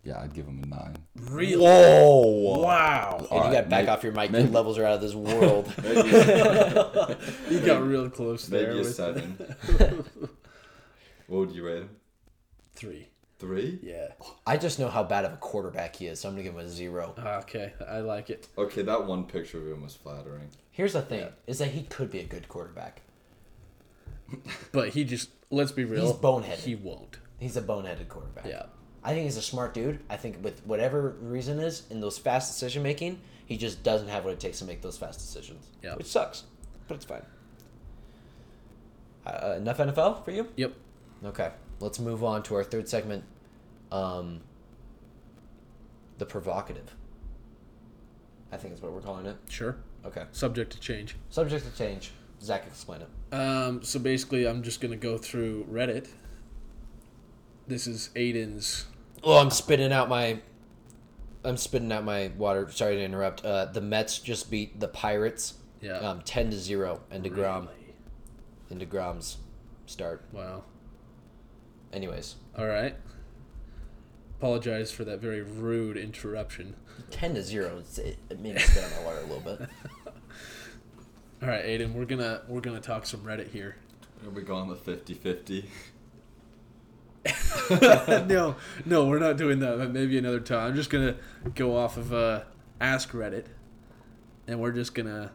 Speaker 3: Yeah, I'd give him a nine.
Speaker 2: Real. Oh!
Speaker 1: Whoa!
Speaker 2: Wow.
Speaker 1: And you
Speaker 3: Alright,
Speaker 1: got back
Speaker 3: maybe-
Speaker 1: off your mic. Your
Speaker 3: maybe-
Speaker 1: levels are out of this world.
Speaker 3: Maybe,
Speaker 2: You got real close there
Speaker 3: maybe a
Speaker 2: with
Speaker 3: seven. what would you rate him?
Speaker 2: three.
Speaker 3: Three?
Speaker 2: Yeah.
Speaker 1: I just know how bad of a quarterback he is, so I'm gonna give him a zero.
Speaker 2: Okay. I like it.
Speaker 3: Okay, that one picture of him was flattering.
Speaker 1: Here's the thing: is that he could be a good quarterback.
Speaker 2: But he just let's be real.
Speaker 1: He's boneheaded.
Speaker 2: He won't.
Speaker 1: He's a boneheaded quarterback.
Speaker 2: Yeah.
Speaker 1: I think he's a smart dude. I think with whatever reason is in those fast decision making, he just doesn't have what it takes to make those fast decisions.
Speaker 2: Yeah.
Speaker 1: Which sucks, but it's fine. Uh, enough NFL for you.
Speaker 2: Yep.
Speaker 1: Okay, let's move on to our third segment. Um, the provocative. I think is what we're calling it.
Speaker 2: Sure.
Speaker 1: Okay.
Speaker 2: Subject to change.
Speaker 1: Subject to change. Zach, explain it.
Speaker 2: Um, so basically, I'm just gonna go through Reddit. This is Aiden's.
Speaker 1: Oh, I'm spitting out my. I'm spitting out my water. Sorry to interrupt. Uh, the Mets just beat the Pirates.
Speaker 2: Yeah.
Speaker 1: Um, ten to zero, and Degrom
Speaker 2: Really?
Speaker 1: and Degrom's start.
Speaker 2: Wow.
Speaker 1: Anyways,
Speaker 2: All right. Apologize for that very rude interruption.
Speaker 1: ten to zero. it's- It, it made me spit out my water a little bit.
Speaker 2: All right, Aiden, we're gonna we're gonna talk some Reddit here.
Speaker 3: Are we going with 50 50?
Speaker 2: no, no, we're not doing that. But maybe another time. I'm just gonna go off of uh, Ask Reddit, and we're just gonna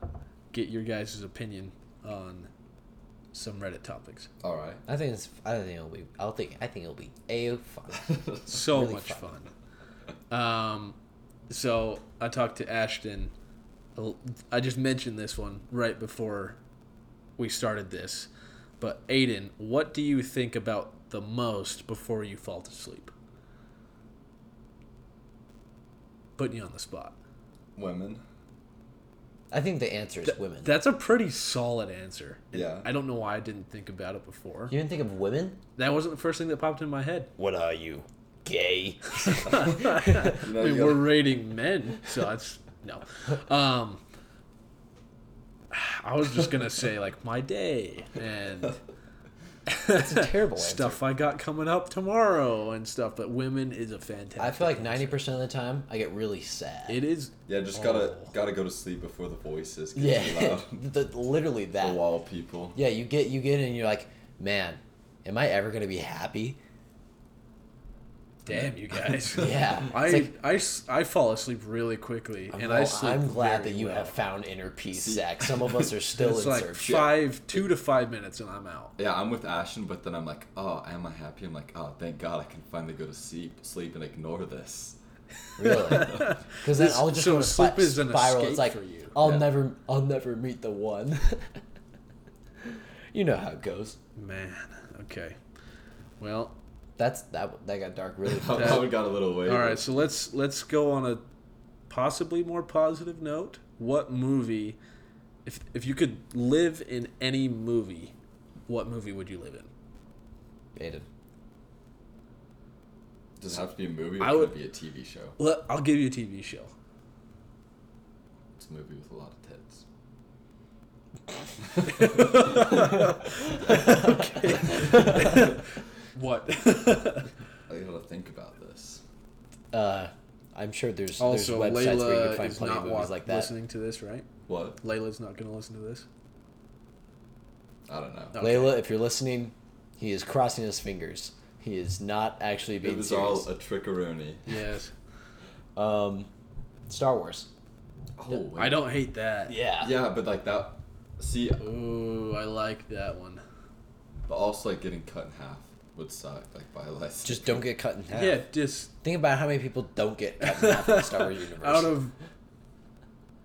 Speaker 2: get your guys' opinion on some Reddit topics.
Speaker 3: Alright.
Speaker 1: I think it's. I think it'll be. I'll think. I think it'll be a fun.
Speaker 2: so
Speaker 1: Really
Speaker 2: much fun. Um, so I talked to Ashton. I just mentioned this one right before we started this, but Aiden, what do you think about the most before you fall to sleep? Putting you on the spot.
Speaker 3: Women.
Speaker 1: I think the answer is women.
Speaker 2: That's a pretty solid answer. And
Speaker 3: Yeah.
Speaker 2: I don't know why I didn't think about it before.
Speaker 1: you didn't think of women?
Speaker 2: That wasn't the first thing that popped in my head.
Speaker 1: What are you, gay?
Speaker 3: You know,
Speaker 2: I mean,
Speaker 3: you
Speaker 2: we're
Speaker 3: gotta-
Speaker 2: rating men, so that's no. Um, I was just gonna say like my day and
Speaker 1: It's a terrible answer.
Speaker 2: stuff I got coming up tomorrow and stuff, but women is a fantastic.
Speaker 1: I feel like
Speaker 2: answer.
Speaker 1: ninety percent of the time I get really sad.
Speaker 2: It is
Speaker 3: yeah, just gotta
Speaker 2: Oh.
Speaker 3: gotta go to sleep before the voices get too
Speaker 1: yeah,
Speaker 3: loud.
Speaker 1: the, literally that.
Speaker 3: the wall people.
Speaker 1: Yeah, you get you get in, you're like, man, am I ever gonna be happy?
Speaker 2: damn you guys.
Speaker 1: Yeah,
Speaker 2: I,
Speaker 1: it's like-
Speaker 2: I s- I fall asleep really quickly, and I
Speaker 1: Well,
Speaker 2: sleep.
Speaker 1: I'm glad
Speaker 2: very
Speaker 1: that you
Speaker 2: well.
Speaker 1: have found inner peace, Zach. Some of us are still
Speaker 2: It's
Speaker 1: in
Speaker 2: like
Speaker 1: search.
Speaker 2: five, two to five minutes, and I'm out.
Speaker 3: Yeah, I'm with Ashton, but then I'm like, oh, am I happy? I'm like, oh, thank God I can finally go to sleep, sleep and ignore this.
Speaker 1: Really? Because then
Speaker 2: This-
Speaker 1: I'll just
Speaker 2: so
Speaker 1: go to
Speaker 2: sleep
Speaker 1: spi-
Speaker 2: is an
Speaker 1: spiral.
Speaker 2: escape
Speaker 1: It's like
Speaker 2: for you.
Speaker 1: I'll
Speaker 3: Yeah.
Speaker 1: never, I'll never meet the one. you know how it goes.
Speaker 2: Man, okay. Well,
Speaker 1: That's that. That got dark really
Speaker 3: I
Speaker 1: fast.
Speaker 3: probably got a little way.
Speaker 2: All right, so let's let's go on a possibly more positive note. What movie, if if you could live in any movie, what movie would you live in?
Speaker 1: Aiden.
Speaker 3: Does it have to be a movie or
Speaker 2: I
Speaker 3: can
Speaker 2: would-
Speaker 3: it be a TV show?
Speaker 2: Let, I'll give you a TV show.
Speaker 3: It's a movie with a lot of tits.
Speaker 2: What?
Speaker 3: I gotta think about this.
Speaker 1: Uh, I'm sure there's, there's
Speaker 2: also,
Speaker 1: websites where you can
Speaker 2: Layla
Speaker 1: find
Speaker 2: is
Speaker 1: plenty of
Speaker 2: not
Speaker 1: movies
Speaker 2: wa-
Speaker 1: like that.
Speaker 2: listening to this, right?
Speaker 3: What?
Speaker 2: Layla's not going to listen to this.
Speaker 3: I don't know.
Speaker 2: No.
Speaker 1: Layla, if you're listening, he is crossing his fingers. He is not actually
Speaker 3: It
Speaker 1: being
Speaker 3: was
Speaker 1: serious.
Speaker 3: all a trickaroonie.
Speaker 2: Yes.
Speaker 1: Um, Star Wars.
Speaker 3: Oh, wait.
Speaker 2: I don't hate that.
Speaker 1: Yeah.
Speaker 3: Yeah, but like that. See,
Speaker 2: Ooh, I like that one.
Speaker 3: but also like getting cut in half would suck. Like by less.
Speaker 1: Just don't get cut in half.
Speaker 2: Yeah, just
Speaker 1: Think about how many people don't get cut in half in the Star Wars universe.
Speaker 2: out of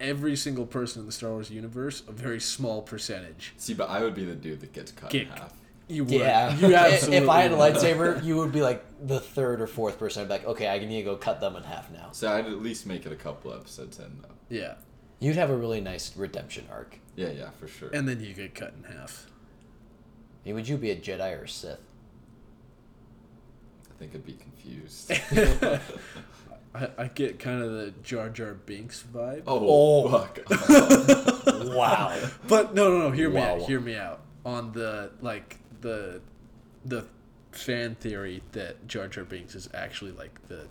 Speaker 2: every single person in the Star Wars universe, a very small percentage.
Speaker 3: See, but I would be the dude that gets cut
Speaker 2: Kick.
Speaker 3: in half.
Speaker 2: You would.
Speaker 1: yeah.
Speaker 2: You absolutely.
Speaker 1: if I had a
Speaker 2: would.
Speaker 1: lightsaber, you would be like the third or fourth person. I'd be like, okay, I need to go cut them in half now.
Speaker 3: So I'd at least make it a couple episodes in though.
Speaker 2: Yeah.
Speaker 1: You'd have a really nice redemption arc.
Speaker 3: Yeah, yeah, for sure.
Speaker 2: And then you get cut in half.
Speaker 1: I mean, would you be a Jedi or a Sith?
Speaker 3: I think I'd be confused.
Speaker 2: I, I get kind of the Jar Jar Binks vibe.
Speaker 3: Oh,
Speaker 1: Oh.
Speaker 3: fuck.
Speaker 1: wow.
Speaker 2: But no, no, no. Hear me out.
Speaker 1: Wow.
Speaker 2: Hear me out on the like the the fan theory that Jar Jar Binks is actually like the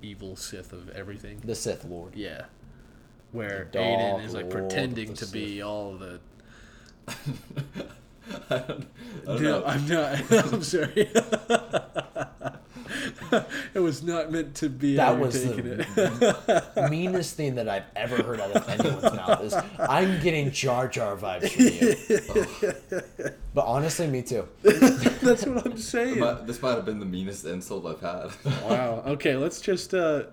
Speaker 2: evil Sith of everything.
Speaker 1: The Sith Lord.
Speaker 2: Yeah, where
Speaker 1: The
Speaker 2: Aiden
Speaker 1: Dark
Speaker 2: is like
Speaker 1: Lord of
Speaker 2: pretending
Speaker 1: the
Speaker 2: to be all the.
Speaker 3: I don't, I
Speaker 1: Oh,
Speaker 3: don't
Speaker 2: No,
Speaker 3: know.
Speaker 2: I'm not. I'm sorry. it was not meant to be.
Speaker 1: That
Speaker 2: That was
Speaker 1: was the-
Speaker 2: taking it.
Speaker 1: meanest thing that I've ever heard out of anyone's mouth is I'm getting Jar Jar vibes from you. but honestly, me too.
Speaker 2: That's what I'm saying.
Speaker 3: But this might have been the meanest insult I've had.
Speaker 2: Wow. Okay, let's just. uh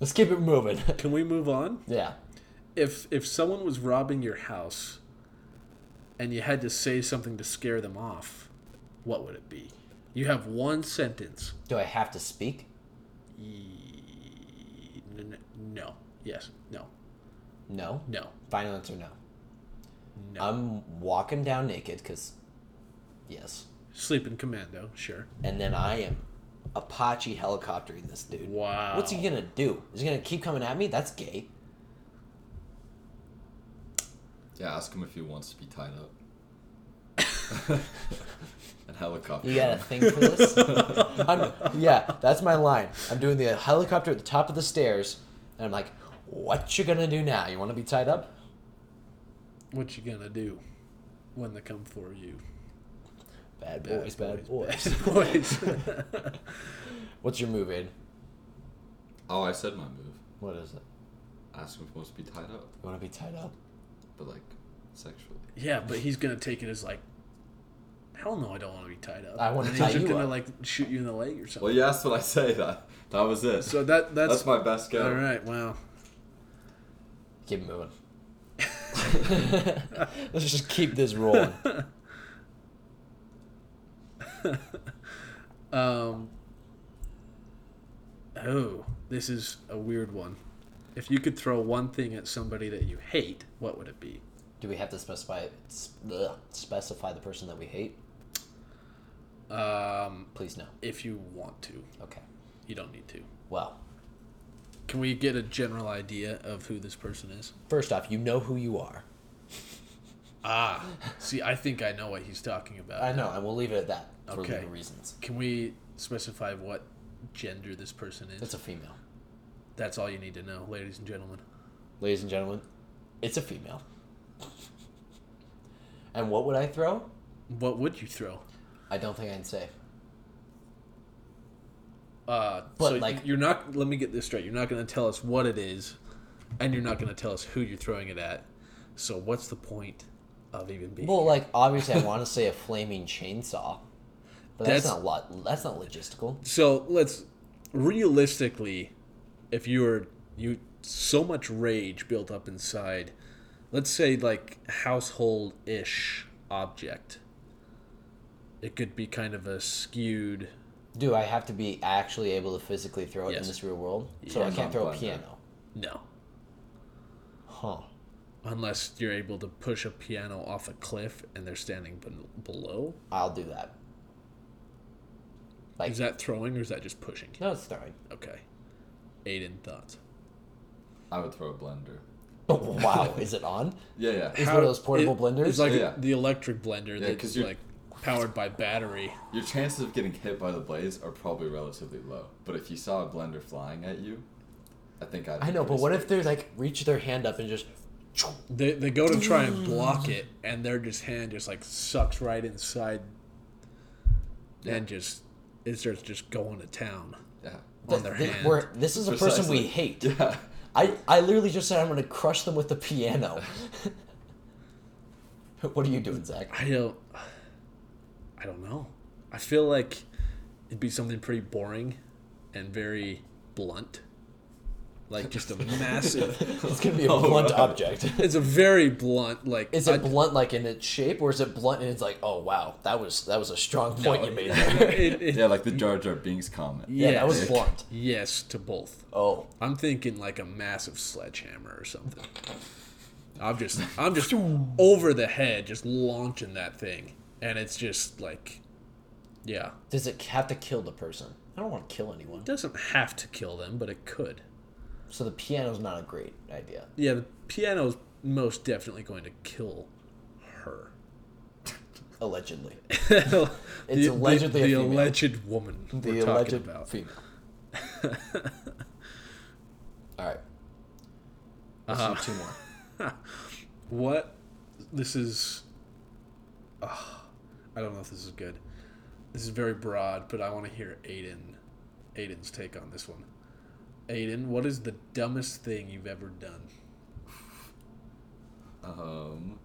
Speaker 1: Let's keep it moving.
Speaker 2: Can we move on?
Speaker 1: yeah.
Speaker 2: if if someone was robbing your house and you had to say something to scare them off, what would it be? You have one sentence.
Speaker 1: Do I have to speak?
Speaker 2: E- n- n- No. Yes. No.
Speaker 1: No.
Speaker 2: No.
Speaker 1: Final answer no.
Speaker 2: No.
Speaker 1: I'm walking down naked because, yes.
Speaker 2: Sleeping commando. Sure.
Speaker 1: And then I am Apache helicoptering this dude.
Speaker 2: Wow.
Speaker 1: What's he gonna do? Is he gonna keep coming at me? That's gay.
Speaker 3: yeah, ask him if he wants to be tied up. and helicopter.
Speaker 1: You got a thing for this? I'm, yeah, that's my line. I'm doing the helicopter at the top of the stairs, and I'm like, "What you gonna do now? You want to be tied up?
Speaker 2: What you gonna do when they come for you?
Speaker 1: Bad boys, bad boys."
Speaker 2: boys.
Speaker 1: What's your move, Aiden?
Speaker 3: Oh, I said my move.
Speaker 1: What is it?
Speaker 3: Ask him if he wants to be tied up,
Speaker 1: You want to be tied up?
Speaker 3: but like sexually.
Speaker 2: yeah, but he's gonna take it as like, hell no, I don't want to be tied up.
Speaker 1: I wanna
Speaker 2: And
Speaker 1: tie
Speaker 2: He's just
Speaker 1: you
Speaker 2: gonna
Speaker 1: up.
Speaker 2: like shoot you in the leg or something.
Speaker 3: Well, you asked when I say that. That was it.
Speaker 2: So that that's,
Speaker 3: that's, my best go.
Speaker 2: all right. Wow.
Speaker 1: Keep moving. Let's just keep this rolling.
Speaker 2: Um. Oh, this is a weird one. If you could throw one thing at somebody that you hate, what would it be?
Speaker 1: Do we have to specify s- ugh, specify the person that we hate?
Speaker 2: Um,
Speaker 1: Please no.
Speaker 2: if you want to,
Speaker 1: Okay.
Speaker 2: you don't need to.
Speaker 1: Well,
Speaker 2: Can we get a general idea of who this person is?
Speaker 1: first off, you know who you are.
Speaker 2: Ah, see, I think I know what he's talking about.
Speaker 1: I know, and we'll leave it at that for
Speaker 2: Okay.
Speaker 1: legal reasons.
Speaker 2: Can we specify what gender this person is?
Speaker 1: It's a female,
Speaker 2: That's all you need to know, ladies and gentlemen.
Speaker 1: ladies and gentlemen. It's a female. and what would I throw?
Speaker 2: What would you throw?
Speaker 1: I don't think I'd say.
Speaker 2: Uh,
Speaker 1: But,
Speaker 2: so
Speaker 1: like-
Speaker 2: you're not. Let me get this straight. You're not going to tell us what it is, and you're not going to tell us who you're throwing it at. So what's the point of even being?
Speaker 1: Well, like obviously, I want to say a flaming chainsaw, but that's,
Speaker 2: That's-
Speaker 1: not lot. That's not logistical.
Speaker 2: so let's realistically, if you were you so much rage built up inside, let's say like household ish object. It could be kind of a skewed.
Speaker 1: Do I have to be actually able to physically throw it in
Speaker 2: Yes.
Speaker 1: this real world? So I
Speaker 3: Hands
Speaker 1: can't
Speaker 3: on
Speaker 1: throw a
Speaker 3: button, yeah.
Speaker 1: piano.
Speaker 2: No,
Speaker 1: Huh.
Speaker 2: unless you're able to push a piano off a cliff and they're standing ben- below.
Speaker 1: I'll do that. Like
Speaker 2: Is that throwing or is that just pushing?
Speaker 1: no, it's throwing.
Speaker 2: Okay. Aiden thoughts.
Speaker 3: I would throw a blender.
Speaker 1: Oh, wow, is it on?
Speaker 3: Yeah, yeah.
Speaker 1: It's one of those portable blenders?
Speaker 2: It's like
Speaker 3: Yeah.
Speaker 2: the electric blender
Speaker 3: Yeah, 'cause
Speaker 2: that's
Speaker 3: you're-
Speaker 2: like powered by battery.
Speaker 3: Your chances of getting hit by the blades are probably relatively low, but if you saw a blender flying at you, I think I'd.
Speaker 1: I
Speaker 3: be
Speaker 1: know, but
Speaker 3: pretty
Speaker 1: what if
Speaker 3: scared.
Speaker 1: they like reach their hand up and just
Speaker 2: They, they go to try and
Speaker 1: Mm.
Speaker 2: block it, and their just hand just like sucks right inside, and just it starts just going to town
Speaker 3: Yeah.
Speaker 2: on their
Speaker 1: Th-
Speaker 2: hand.
Speaker 1: we're- this is a person we
Speaker 3: Precisely.
Speaker 1: hate.
Speaker 3: Yeah.
Speaker 1: I, I literally just said I'm gonna crush them with the piano. what are you doing, Zach?
Speaker 2: I don't. I don't know. I feel like it'd be something pretty boring, and very blunt. Like just a massive.
Speaker 1: It's gonna be a
Speaker 3: Oh,
Speaker 1: blunt
Speaker 3: right.
Speaker 1: object.
Speaker 2: It's a very blunt like.
Speaker 1: Is
Speaker 2: I-
Speaker 1: it blunt like in its shape, or is it blunt and it's like, oh wow, that was that was a strong point you made there.
Speaker 2: it- it-
Speaker 3: Yeah, like the Jar Jar Binks comment.
Speaker 1: yeah, that was
Speaker 2: yes.
Speaker 1: blunt.
Speaker 2: Yes to both.
Speaker 1: Oh,
Speaker 2: I'm thinking like a massive sledgehammer or something. I'm just I'm just over the head just launching that thing and it's just like yeah,
Speaker 1: does it have to kill the person? I don't want to kill anyone.
Speaker 2: it doesn't have to kill them, but it could.
Speaker 1: So the piano's not a great idea.
Speaker 2: Yeah, the piano's most definitely going to kill her.
Speaker 1: Allegedly,
Speaker 2: it's
Speaker 1: It's allegedly a
Speaker 2: the,
Speaker 1: female.
Speaker 2: alleged woman
Speaker 1: the
Speaker 2: we're
Speaker 1: alleged
Speaker 2: talking about.
Speaker 1: female. All right, let's do two more.
Speaker 2: What? This is. Ugh, I don't know if this is good. This is very broad, but I want to hear Aiden, Aiden's take on this one. Aiden, what is the dumbest thing you've ever done?
Speaker 3: Um.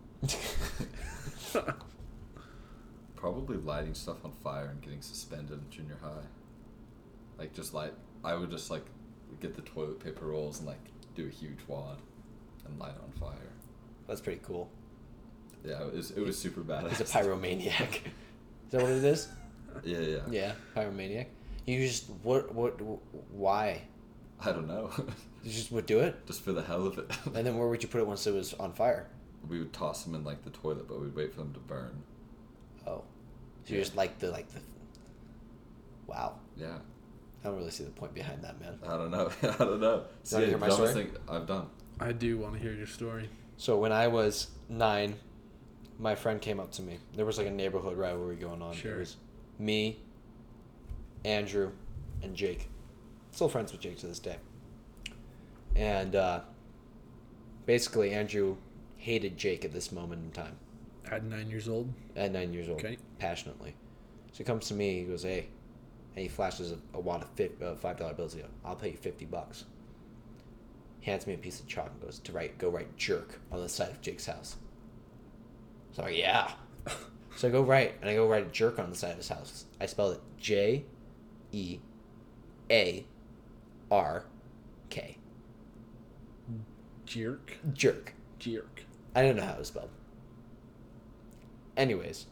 Speaker 3: probably lighting stuff on fire and getting suspended in junior high. Like just like I would just like get the toilet paper rolls and like do a huge wad and light it on fire.
Speaker 1: That's pretty cool.
Speaker 3: Yeah, it was, it was super badass.
Speaker 1: He's a pyromaniac. is that what it is?
Speaker 3: Yeah, yeah.
Speaker 1: Yeah, pyromaniac. You just what what why?
Speaker 3: I don't know.
Speaker 1: You just would do it,
Speaker 3: just for the hell of it.
Speaker 1: and then where would you put it once it was on fire?
Speaker 3: we would toss them in like the toilet, but we'd wait for them to burn.
Speaker 1: Oh, so you just like the like the. Wow,
Speaker 3: Yeah.
Speaker 1: I don't really see the point behind that, man.
Speaker 3: I don't know. I don't know. See,
Speaker 1: hear my
Speaker 3: dumbest
Speaker 1: story?
Speaker 3: thing I've done.
Speaker 2: I do want to hear your story.
Speaker 1: So when I was nine, my friend came up to me. There was like a neighborhood rivalry going on.
Speaker 2: Sure.
Speaker 1: It was me, Andrew, and Jake. Still friends with Jake to this day. And uh, basically, Andrew hated Jake at this moment in time.
Speaker 2: At nine years old,
Speaker 1: at nine years old,
Speaker 2: Okay.
Speaker 1: passionately. So he comes to me. He goes, "Hey," and he flashes a, a wad of fi uh, five dollar bills. He goes, "I'll pay you fifty bucks." He hands me a piece of chalk and goes to write, "Go write jerk" on the side of Jake's house. So I'm like, yeah. so I go write, and I go write jerk on the side of his house. I spelled it J, E, A, R, K,
Speaker 2: jerk,
Speaker 1: jerk.
Speaker 2: jerk.
Speaker 1: I didn't know how it was spelled. Anyways,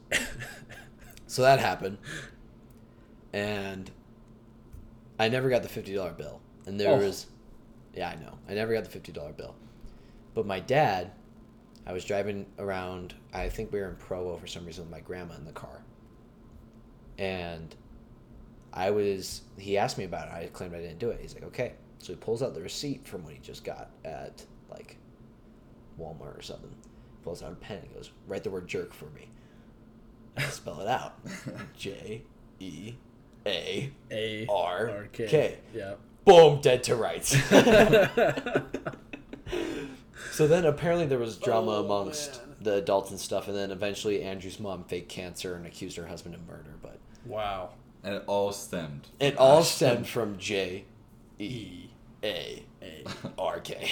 Speaker 1: so that happened, and I never got the fifty dollar bill. And there
Speaker 2: Oh.
Speaker 1: was, yeah, I know, I never got the fifty dollar bill. But my dad, I was driving around. I think we were in Provo for some reason with my grandma in the car, and I was. He asked me about it. I claimed I didn't do it. He's like, okay. So he pulls out the receipt from what he just got at like Walmart or something. Pulls out a pen and goes, write the word jerk for me. I spell it out. J E A.
Speaker 2: A
Speaker 1: R, K.
Speaker 2: Yeah.
Speaker 1: Boom, dead to rights. so then apparently there was drama
Speaker 2: Oh,
Speaker 1: amongst
Speaker 2: man.
Speaker 1: the adults and stuff, and then eventually Andrew's mom faked cancer and accused her husband of murder, but
Speaker 2: Wow.
Speaker 3: And it all stemmed.
Speaker 1: it all stemmed from J E A
Speaker 2: A
Speaker 1: R K.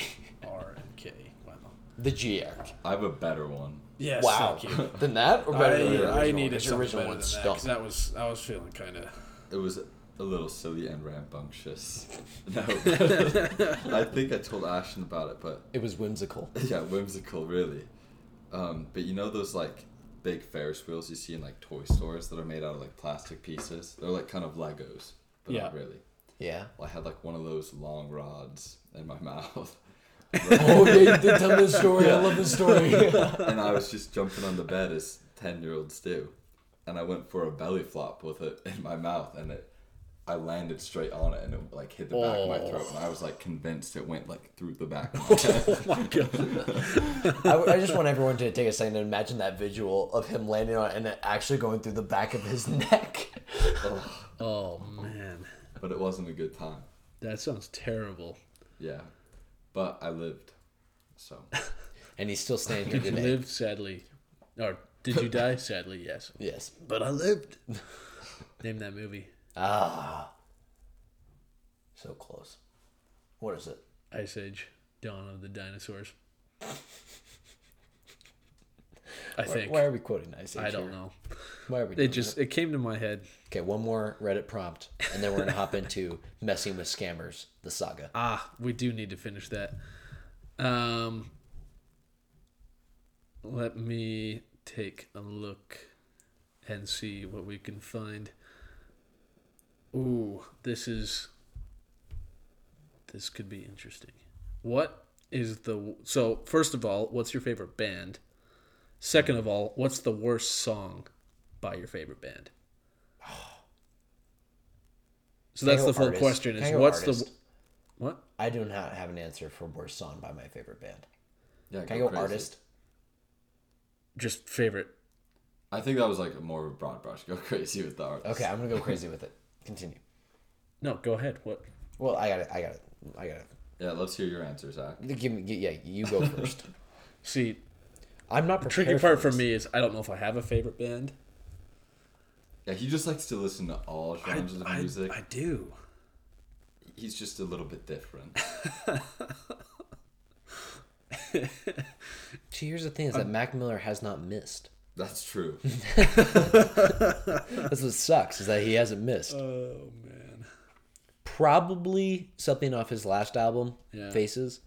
Speaker 2: R and K. Wow.
Speaker 1: The G E R K.
Speaker 3: I have a better one.
Speaker 2: Yes.
Speaker 1: Wow.
Speaker 2: Thank you.
Speaker 1: Than that or better than the original?
Speaker 2: I, I needed
Speaker 1: Because the
Speaker 2: something
Speaker 1: original
Speaker 2: better than
Speaker 1: one
Speaker 2: that
Speaker 1: stunk.
Speaker 2: because that was I was feeling kind of.
Speaker 3: It was a little silly and rambunctious. No, I think I told Ashton about it, but
Speaker 1: It was whimsical.
Speaker 3: yeah, whimsical, really. Um, but you know those like big Ferris wheels you see in like toy stores that are made out of like plastic pieces? They're like kind of Legos, but not
Speaker 2: Yeah.
Speaker 3: really.
Speaker 1: Yeah.
Speaker 3: Well, I had like one of those long rods in my mouth,
Speaker 1: Oh yeah, you did tell me this story. I love this story.
Speaker 3: and I was just jumping on the bed as ten year olds do, and I went for a belly flop with it in my mouth, and it I landed straight on it and it like hit the back of my
Speaker 2: Oh.
Speaker 3: throat and I was like convinced it went like through the back of my head.
Speaker 2: my god.
Speaker 1: I, I just want everyone to take a second and imagine that visual of him landing on it and it actually going through the back of his neck.
Speaker 2: Oh man,
Speaker 3: but it wasn't a good time.
Speaker 2: that sounds terrible.
Speaker 3: Yeah. But I lived. So
Speaker 1: And he's still standing here
Speaker 2: Did you
Speaker 1: today.
Speaker 2: live? Sadly, or did you die? Sadly, yes.
Speaker 1: Yes.
Speaker 2: But I lived. Name that movie.
Speaker 1: Ah. So close. What is it?
Speaker 2: Ice Age: Dawn of the Dinosaurs. I think.
Speaker 1: Why are we quoting Ice Age
Speaker 2: I don't
Speaker 1: here?
Speaker 2: know.
Speaker 1: Why are we
Speaker 2: It
Speaker 1: doing
Speaker 2: just it came to my head.
Speaker 1: Okay, one more Reddit prompt, and then we're gonna hop into messing with scammers, the saga.
Speaker 2: Ah, we do need to finish that. Um, let me take a look and see what we can find. Ooh, this is this could be interesting. What is the so first of all, what's your favorite band? Second of all, what's the worst song by your favorite band? So that's
Speaker 1: Can I go
Speaker 2: the full
Speaker 1: artist?
Speaker 2: question
Speaker 1: Can I
Speaker 2: is
Speaker 1: go
Speaker 2: what's the
Speaker 1: artist?
Speaker 2: what?
Speaker 1: I do not have an answer for worst song by my favorite band.
Speaker 3: yeah,
Speaker 1: Can I go artist?
Speaker 2: Just favorite.
Speaker 3: I think that was like more of a broad brush. Go crazy with the artist.
Speaker 1: Okay, I'm gonna go crazy with it. Continue.
Speaker 2: No, go ahead. What?
Speaker 1: Well, I got it. I got it. I got
Speaker 3: Yeah, let's hear your answer, Zach.
Speaker 1: it. Give me. Yeah, you go first.
Speaker 2: See,
Speaker 1: I'm not prepared.
Speaker 2: tricky part
Speaker 1: for
Speaker 2: for
Speaker 1: this.
Speaker 2: me is I don't know if I have a favorite band.
Speaker 3: Yeah, he just likes to listen to all
Speaker 2: I,
Speaker 3: genres of
Speaker 2: I-
Speaker 3: music.
Speaker 2: I do.
Speaker 3: He's just a little bit different.
Speaker 1: See, here's the thing: is that Mac Miller has not missed.
Speaker 3: That's true.
Speaker 1: That's what sucks is that he hasn't missed.
Speaker 2: Oh man.
Speaker 1: Probably something off his last album,
Speaker 2: Yeah.
Speaker 1: Faces.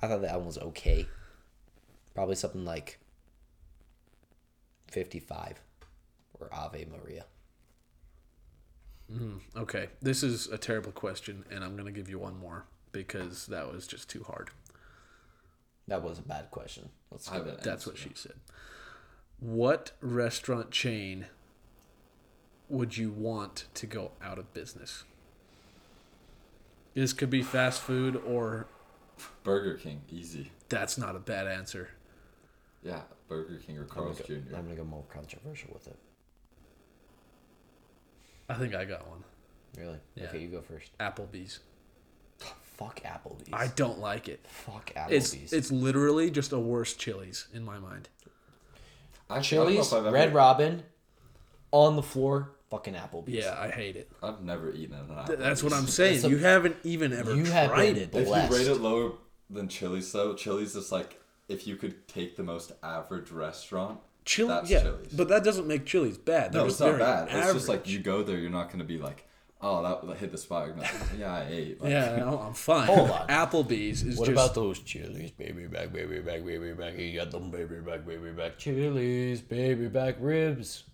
Speaker 1: I thought the album was okay. Probably something like 55 or Ave Maria.
Speaker 2: Okay, this is a terrible question, and I'm gonna give you one more because that was just too hard.
Speaker 1: That was a bad question. Let's
Speaker 3: I have an
Speaker 2: That's
Speaker 3: answer.
Speaker 2: what she said. What restaurant chain would you want to go out of business? This could be fast food, or
Speaker 3: Burger King, easy.
Speaker 2: that's not a bad answer.
Speaker 3: Yeah, Burger King or
Speaker 1: I'm
Speaker 3: Carl's
Speaker 1: gonna, go,
Speaker 3: Jr.
Speaker 1: I'm gonna go more controversial with it.
Speaker 2: I think I got one.
Speaker 1: Really?
Speaker 2: Yeah.
Speaker 1: Okay, you go first.
Speaker 2: Applebee's.
Speaker 1: Fuck Applebee's.
Speaker 2: I don't like it.
Speaker 1: Fuck Applebee's.
Speaker 2: It's it's literally just a worse Chili's in my mind.
Speaker 3: Actually, I don't know
Speaker 1: Chili's,
Speaker 3: if I've ever-
Speaker 1: Red Robin, on the floor, fucking Applebee's.
Speaker 2: Yeah, I hate it.
Speaker 3: I've never eaten an apple.
Speaker 2: Th- That's what I'm
Speaker 1: It's
Speaker 2: saying.
Speaker 1: a-
Speaker 2: you haven't even ever
Speaker 1: you have
Speaker 2: tried
Speaker 1: been
Speaker 2: it.
Speaker 3: If
Speaker 1: blessed.
Speaker 3: you rate it lower than Chili's, though, Chili's is like if you could take the most average restaurant.
Speaker 2: Chili,
Speaker 3: that's
Speaker 2: yeah,
Speaker 3: Chili's.
Speaker 2: but that doesn't make Chili's bad. They're
Speaker 3: No,
Speaker 2: just
Speaker 3: it's not
Speaker 2: very
Speaker 3: bad. It's just
Speaker 2: average.
Speaker 3: like you go there, you're not gonna be like, oh, that, that hit the spot. You're gonna be like, yeah, I ate. Like,
Speaker 2: yeah, no, I'm fine.
Speaker 1: Hold on.
Speaker 2: Applebee's is
Speaker 1: What
Speaker 2: just
Speaker 1: about those chilies, baby back, baby back, baby back? You got them baby back, baby back chilies, baby back ribs.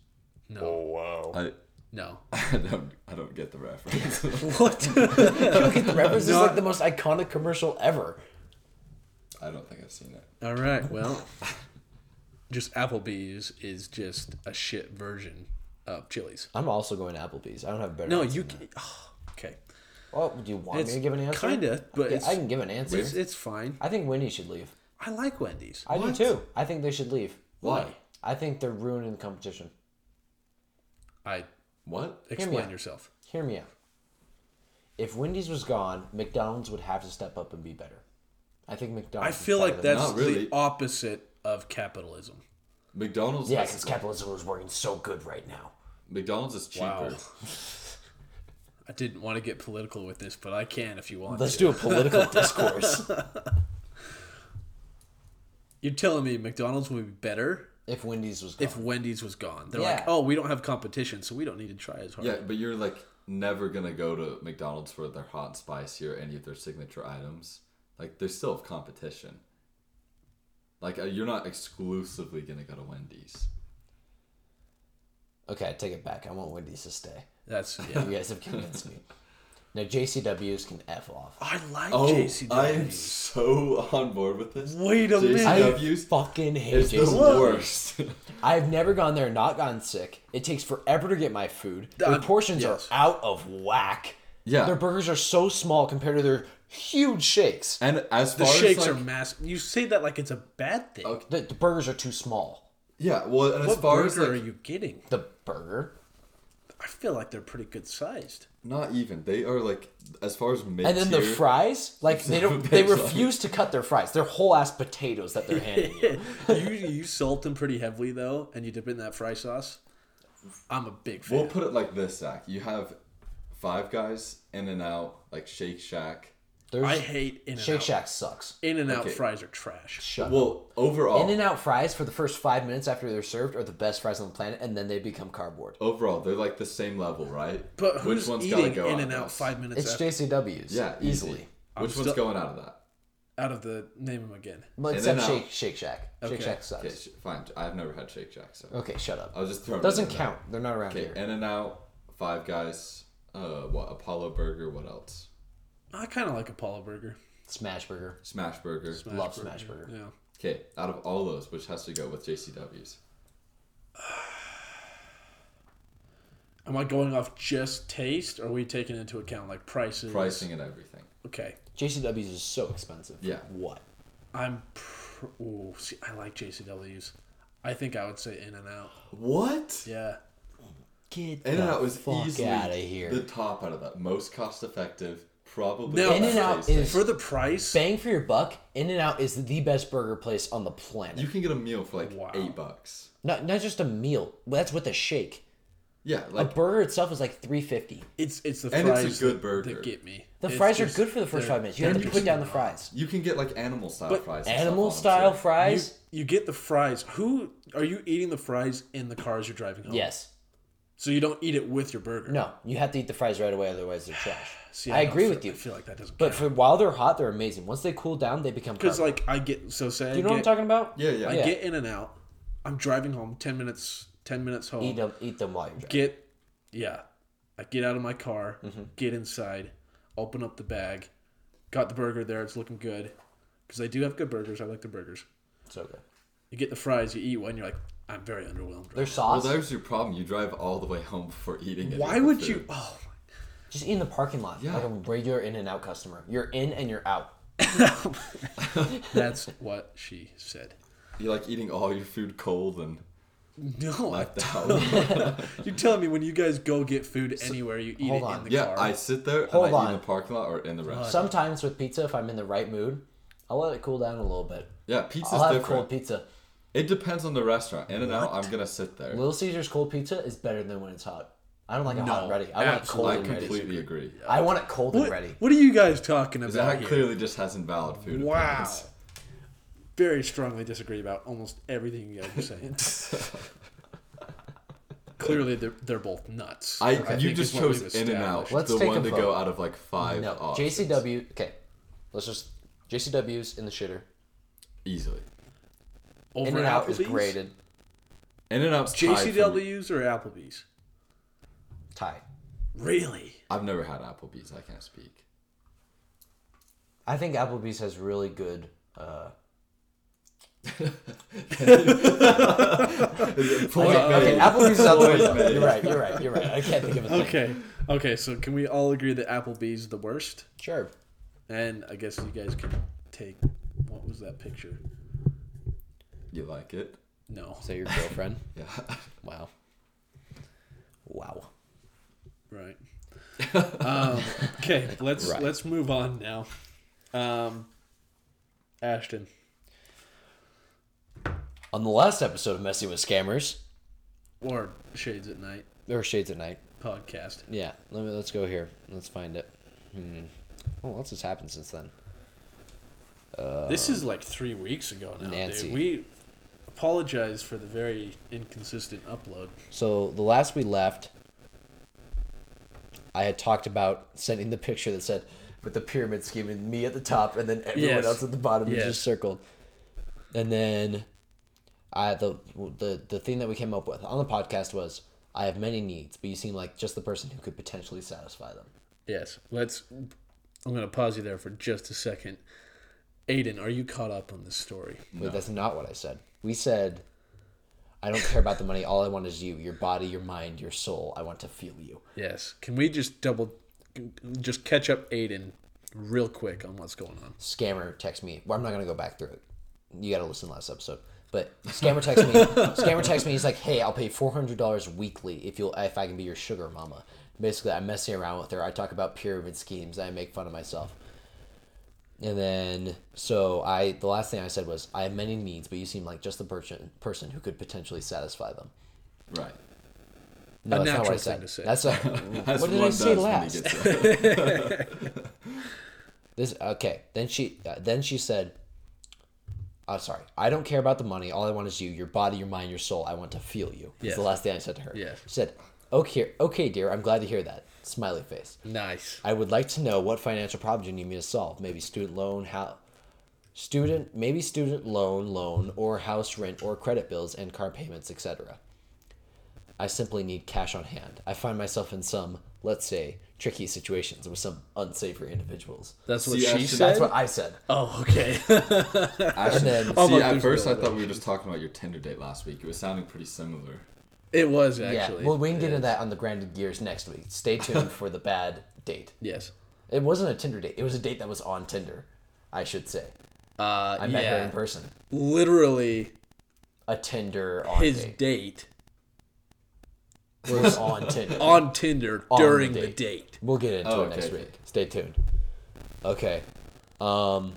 Speaker 2: No.
Speaker 1: Oh wow!
Speaker 3: I,
Speaker 2: no.
Speaker 3: I don't, I don't get the reference.
Speaker 2: What?
Speaker 1: the reference is like the most iconic commercial ever.
Speaker 3: I don't think I've seen it.
Speaker 2: All right. Well, just Applebee's is just a shit version of Chili's.
Speaker 1: I'm also going to Applebee's. I don't have a better.
Speaker 2: No,
Speaker 1: answer
Speaker 2: you.
Speaker 1: than
Speaker 2: Can, okay.
Speaker 1: that. Well, do you want me
Speaker 2: It's
Speaker 1: to give an answer?
Speaker 2: Kinda, but
Speaker 1: Yeah,
Speaker 2: it's,
Speaker 1: I can give an answer.
Speaker 2: it's it's fine.
Speaker 1: I think Wendy should leave.
Speaker 2: I like Wendy's.
Speaker 1: I do too. I think they should leave.
Speaker 3: Why?
Speaker 1: I think they're ruining the competition.
Speaker 2: I
Speaker 3: What?
Speaker 2: explain
Speaker 1: out.
Speaker 2: yourself.
Speaker 1: Hear me out. If Wendy's was gone, McDonald's would have to step up and be better. I think
Speaker 2: I
Speaker 1: McDonald's. is
Speaker 2: feel
Speaker 1: better
Speaker 2: like
Speaker 1: than-
Speaker 2: that's
Speaker 3: Not really.
Speaker 2: the opposite of capitalism.
Speaker 3: McDonald's.
Speaker 1: Yeah,
Speaker 3: has-
Speaker 1: because capitalism is working so good right now.
Speaker 3: McDonald's is cheaper.
Speaker 2: Wow. I didn't want to get political with this, but I can if you want.
Speaker 1: Let's do a political discourse.
Speaker 2: You're telling me McDonald's would be better
Speaker 1: If Wendy's
Speaker 3: Uh.
Speaker 1: was gone.
Speaker 2: if Wendy's was gone. They're like,
Speaker 1: Yeah.
Speaker 2: oh, we don't have competition, so we don't need to try as hard.
Speaker 3: Yeah, but you're like never gonna go to McDonald's for their hot and spicy or any of their signature items. Like there's still competition. Like uh, you're not exclusively gonna go to Wendy's.
Speaker 1: okay, I take it back. I want Wendy's to stay.
Speaker 2: That's yeah.
Speaker 1: You guys have convinced me. No, JCWs can f off.
Speaker 2: I like
Speaker 3: Oh,
Speaker 2: JCW.
Speaker 3: I am so on board with this.
Speaker 2: Wait a minute.
Speaker 1: I
Speaker 3: JCW's
Speaker 1: fucking hate
Speaker 3: is the
Speaker 1: JCW.
Speaker 3: worst.
Speaker 1: I've never gone there, and not gotten sick. It takes forever to get my food.
Speaker 2: Uh,
Speaker 1: Their portions
Speaker 2: yes.
Speaker 1: are out of whack.
Speaker 3: Yeah.
Speaker 1: their burgers are so small compared to their huge shakes.
Speaker 3: and as
Speaker 2: the
Speaker 3: far
Speaker 2: shakes
Speaker 3: as like,
Speaker 2: are mass. You say that like it's a bad thing.
Speaker 3: Okay.
Speaker 1: The, the burgers are too small.
Speaker 3: yeah, well, and as
Speaker 2: What
Speaker 3: far
Speaker 2: burger
Speaker 3: as like
Speaker 2: are you getting?
Speaker 1: The burger
Speaker 2: I feel like they're pretty good sized.
Speaker 3: Not even. They are like as far as mid
Speaker 1: and then the fries, like they don't, they
Speaker 3: It's like-
Speaker 1: refuse to cut their fries. They're whole ass potatoes that they're handing you.
Speaker 2: you you salt them pretty heavily though, and you dip it in that fry sauce. I'm a big fan.
Speaker 3: We'll put it like this, Zach. You have Five Guys, In and Out, like Shake Shack.
Speaker 1: There's,
Speaker 2: I hate In and
Speaker 1: Shake
Speaker 2: Out.
Speaker 1: Shack sucks.
Speaker 2: In and Out
Speaker 3: Okay.
Speaker 2: fries are trash.
Speaker 1: Shut up.
Speaker 3: Well, overall,
Speaker 1: In and out fries for the first five minutes after they're served are the best fries on the planet, and then they become cardboard.
Speaker 3: overall, they're like the same level, right?
Speaker 2: But who's
Speaker 3: gotta
Speaker 2: eating In
Speaker 3: out
Speaker 2: and
Speaker 3: of
Speaker 2: Out
Speaker 3: this?
Speaker 2: five minutes
Speaker 1: It's
Speaker 2: after,
Speaker 1: JCW's.
Speaker 3: Yeah,
Speaker 1: easily.
Speaker 3: easily. Which
Speaker 2: still-
Speaker 3: one's going out of that?
Speaker 2: out of the name them again?
Speaker 1: Well,
Speaker 3: In-N-Out.
Speaker 1: except Shake Shake Shack. Shake
Speaker 2: Okay.
Speaker 1: Shack sucks.
Speaker 3: Okay,
Speaker 1: Okay,
Speaker 3: sh- fine. I've never had Shake Shack, so
Speaker 1: shut up.
Speaker 3: I'll just throw. it
Speaker 1: Doesn't
Speaker 3: in
Speaker 1: count. They're not around
Speaker 3: Okay,
Speaker 1: here.
Speaker 3: In and Out, Five Guys, uh, what Apollo Burger? What else?
Speaker 2: I kind of like Apollo Burger.
Speaker 1: Smash Burger.
Speaker 3: Smash Burger.
Speaker 1: Love Smash Burger.
Speaker 2: Yeah.
Speaker 3: Okay, out of all those, which has to go with JCW's?
Speaker 2: Am I going off just taste, or are we taking into account like prices?
Speaker 3: Pricing and everything.
Speaker 2: Okay.
Speaker 1: JCW's is so expensive.
Speaker 3: Yeah.
Speaker 1: What?
Speaker 2: I'm. Pr- Ooh, see, I like JCW's. I think I would say In and Out.
Speaker 3: What?
Speaker 2: Yeah.
Speaker 1: Get
Speaker 3: In
Speaker 1: the
Speaker 3: and Out was
Speaker 1: fuck
Speaker 3: easily
Speaker 1: out of here.
Speaker 3: the top out of that. Most cost effective, probably.
Speaker 2: No,
Speaker 3: the best
Speaker 1: In-N-Out
Speaker 3: tasting.
Speaker 1: is-
Speaker 2: For the price,
Speaker 1: Bang for your buck, In and Out is the best burger place on the planet.
Speaker 3: You can get a meal for like
Speaker 2: Wow.
Speaker 3: eight bucks.
Speaker 1: Not not just a meal. That's with a shake.
Speaker 3: Yeah,
Speaker 1: A
Speaker 3: like
Speaker 1: burger itself is like three fifty.
Speaker 2: it's it's the
Speaker 3: And it's a
Speaker 2: fries
Speaker 3: good
Speaker 2: that,
Speaker 3: burger.
Speaker 2: that get me.
Speaker 1: The
Speaker 2: It's
Speaker 1: fries
Speaker 2: just-
Speaker 1: are good for the first
Speaker 2: they're-
Speaker 1: five minutes. You have to
Speaker 2: they're
Speaker 1: put
Speaker 2: just
Speaker 1: down the fries.
Speaker 3: you can get like animal style
Speaker 2: But
Speaker 3: fries. and stuff on
Speaker 1: Animal
Speaker 3: them,
Speaker 1: style
Speaker 3: too.
Speaker 2: You,
Speaker 1: fries.
Speaker 2: you get the fries. Who are you eating the fries in the car as you're driving home?
Speaker 1: Yes.
Speaker 2: So you don't eat it with your burger.
Speaker 1: No, you have to eat the fries right away, otherwise they're trash.
Speaker 2: See,
Speaker 1: I
Speaker 2: don't
Speaker 1: agree
Speaker 2: feel-
Speaker 1: with you.
Speaker 2: I feel like that doesn't.
Speaker 1: But for while they're hot, they're amazing. Once they cool down, they become.
Speaker 2: because
Speaker 1: carbon.
Speaker 2: like I get so say I
Speaker 1: you know what I'm
Speaker 2: get-
Speaker 1: talking about?
Speaker 3: Yeah, yeah.
Speaker 2: I
Speaker 1: Yeah.
Speaker 2: get in and out. I'm driving home. Ten minutes. Ten minutes home.
Speaker 1: Eat them, eat them while you're driving.
Speaker 2: get yeah i get out of my car get inside open up the bag got the burger there it's looking good because they do have good burgers i like the burgers
Speaker 1: So good.
Speaker 2: you get the fries you eat one you're like i'm very underwhelmed
Speaker 1: Their
Speaker 2: right
Speaker 3: Well,
Speaker 1: sauce.
Speaker 3: there's your problem. You drive all the way home before eating
Speaker 2: now."
Speaker 3: it.
Speaker 2: why
Speaker 3: with
Speaker 2: would
Speaker 3: the
Speaker 2: you
Speaker 3: food.
Speaker 2: oh
Speaker 1: Just eat in the parking lot,
Speaker 3: Yeah.
Speaker 1: like a regular In and Out customer. You're in and you're out.
Speaker 2: my- that's what she said
Speaker 3: You like eating all your food cold and
Speaker 2: no I,
Speaker 3: left out.
Speaker 2: you're telling me when you guys go get food anywhere you eat
Speaker 1: hold
Speaker 2: it in
Speaker 1: on.
Speaker 2: the
Speaker 3: yeah,
Speaker 2: car
Speaker 3: I sit there
Speaker 1: Hold
Speaker 3: and I eat
Speaker 1: on.
Speaker 3: in the parking lot or in the restaurant.
Speaker 1: Sometimes with pizza, if I'm in the right mood, I'll let it cool down a little bit.
Speaker 3: Yeah, pizza's
Speaker 1: I'll have
Speaker 3: different.
Speaker 1: cold pizza.
Speaker 3: It depends on the restaurant. In and out, I'm gonna sit there.
Speaker 1: Little Caesars cold pizza is better than when it's hot. I don't like it hot and
Speaker 2: No,
Speaker 1: ready. I want it cold
Speaker 3: I
Speaker 1: and ready.
Speaker 3: completely agree.
Speaker 1: I want it cold and
Speaker 2: what,
Speaker 1: ready.
Speaker 2: what are you guys talking about
Speaker 3: Zach
Speaker 2: here?
Speaker 3: clearly just has invalid food.
Speaker 2: wow
Speaker 3: opinions.
Speaker 2: very strongly disagree about almost everything you guys are saying clearly they're, they're both nuts.
Speaker 3: I,
Speaker 2: think
Speaker 3: you
Speaker 2: is
Speaker 3: just
Speaker 2: what we've
Speaker 3: chose In and Out,
Speaker 2: established.
Speaker 1: Let's
Speaker 3: the
Speaker 1: take
Speaker 3: one
Speaker 1: a
Speaker 3: to
Speaker 1: vote.
Speaker 3: go out of like five.
Speaker 1: No,
Speaker 3: options.
Speaker 1: JCW. Okay, let's just JCW's in the shitter.
Speaker 3: easily.
Speaker 2: Over
Speaker 1: In and Out is
Speaker 2: Applebee's?
Speaker 1: graded
Speaker 3: In and Out's
Speaker 2: JCW's or Applebee's?
Speaker 1: tie.
Speaker 2: Really?
Speaker 3: I've never had Applebee's. I can't speak.
Speaker 1: I think Applebee's has really good. Uh, okay, okay, Applebee's is out the window. You're right. You're right. You're right. I can't think of a thing.
Speaker 2: Okay. Okay, so can we all agree that Applebee's is the worst?
Speaker 1: Sure.
Speaker 2: And I guess you guys can take what was that picture?
Speaker 3: You like it?
Speaker 2: No.
Speaker 1: So your girlfriend?
Speaker 3: Yeah.
Speaker 1: wow. Wow.
Speaker 2: Right. um, okay, let's
Speaker 1: Right.
Speaker 2: let's move on now. Um, Ashton.
Speaker 1: On the last episode of Messing with Scammers
Speaker 2: Or Shades at Night
Speaker 1: or Shades at Night,
Speaker 2: podcast.
Speaker 1: yeah. Let me let's go here. Let's find it. Hmm. Well, what's has happened since then?
Speaker 2: This is like three weeks ago now,
Speaker 1: Uh, Nancy.
Speaker 2: dude. We apologize for the very inconsistent upload.
Speaker 1: So the last we left, I had talked about sending the picture that said with the pyramid scheme and me at the top and then everyone
Speaker 2: Yes.
Speaker 1: else at the bottom is
Speaker 2: Yes.
Speaker 1: just circled. And then I the the the thing that we came up with on the podcast was I have many needs, but you seem like just the person who could potentially satisfy them.
Speaker 2: Yes. Let's. I'm going to pause you there for just a second. Aiden, are you caught up on this story?
Speaker 1: Wait, that's not what I said. We said, I don't care about the money. All I want is you, your body, your mind, your soul. I want to feel you.
Speaker 2: Yes. Can we just double, just catch up Aiden real quick on what's going on?
Speaker 1: Scammer text me. Well, I'm not going to go back through it. You got to listen to last episode. But scammer text me. scammer text me. He's like, "Hey, I'll pay four hundred dollars weekly if you'll if I can be your sugar mama." Basically, I'm messing around with her. I talk about pyramid schemes. I make fun of myself. And then, so I the last thing I said was, "I have many needs, but you seem like just the person person who could potentially satisfy them."
Speaker 3: Right.
Speaker 1: No,
Speaker 2: A
Speaker 1: that's not what I
Speaker 2: natural thing
Speaker 1: said.
Speaker 2: to say.
Speaker 1: That's what,
Speaker 3: That's
Speaker 1: what did I
Speaker 3: one
Speaker 1: say
Speaker 3: does when he
Speaker 1: last?
Speaker 3: gets up.
Speaker 1: This okay. Then she uh, then she said, "I'm sorry. I don't care about the money. All I want is you, your body, your mind, your soul. I want to feel you." It's
Speaker 2: Yes.
Speaker 1: the last thing I said to her.
Speaker 2: Yes.
Speaker 1: She said, "Okay, okay, dear. I'm glad to hear that." Smiley face.
Speaker 2: Nice.
Speaker 1: I would like to know what financial problems you need me to solve. Maybe student loan, how student, maybe student loan, loan or house rent or credit bills and car payments, etc. I simply need cash on hand. I find myself in some, let's say, tricky situations with some unsavory individuals.
Speaker 2: That's what
Speaker 3: See,
Speaker 2: she
Speaker 3: Ashton,
Speaker 2: said.
Speaker 1: That's what I said.
Speaker 2: oh, okay.
Speaker 3: Actually,
Speaker 1: And then-
Speaker 2: Almost
Speaker 3: see, at
Speaker 2: lose
Speaker 3: first
Speaker 2: me
Speaker 3: I
Speaker 2: over
Speaker 3: thought we were just talking about your Tinder date last week. It was sounding pretty similar.
Speaker 2: it was
Speaker 1: Yeah.
Speaker 2: actually.
Speaker 1: Well, we can get into that on the Grounded Gears next week. Stay tuned for the bad date.
Speaker 2: Yes.
Speaker 1: It wasn't a Tinder date. It was a date that was on Tinder, I should say.
Speaker 2: Uh,
Speaker 1: I met her
Speaker 2: yeah.
Speaker 1: in person.
Speaker 2: Literally,
Speaker 1: A Tinder on
Speaker 2: his
Speaker 1: date
Speaker 2: date
Speaker 1: was on Tinder.
Speaker 2: on Tinder
Speaker 1: On the
Speaker 2: during the
Speaker 1: date.
Speaker 2: date.
Speaker 1: We'll get into
Speaker 3: Oh,
Speaker 1: it next
Speaker 3: okay.
Speaker 1: week. Stay tuned. Okay. Um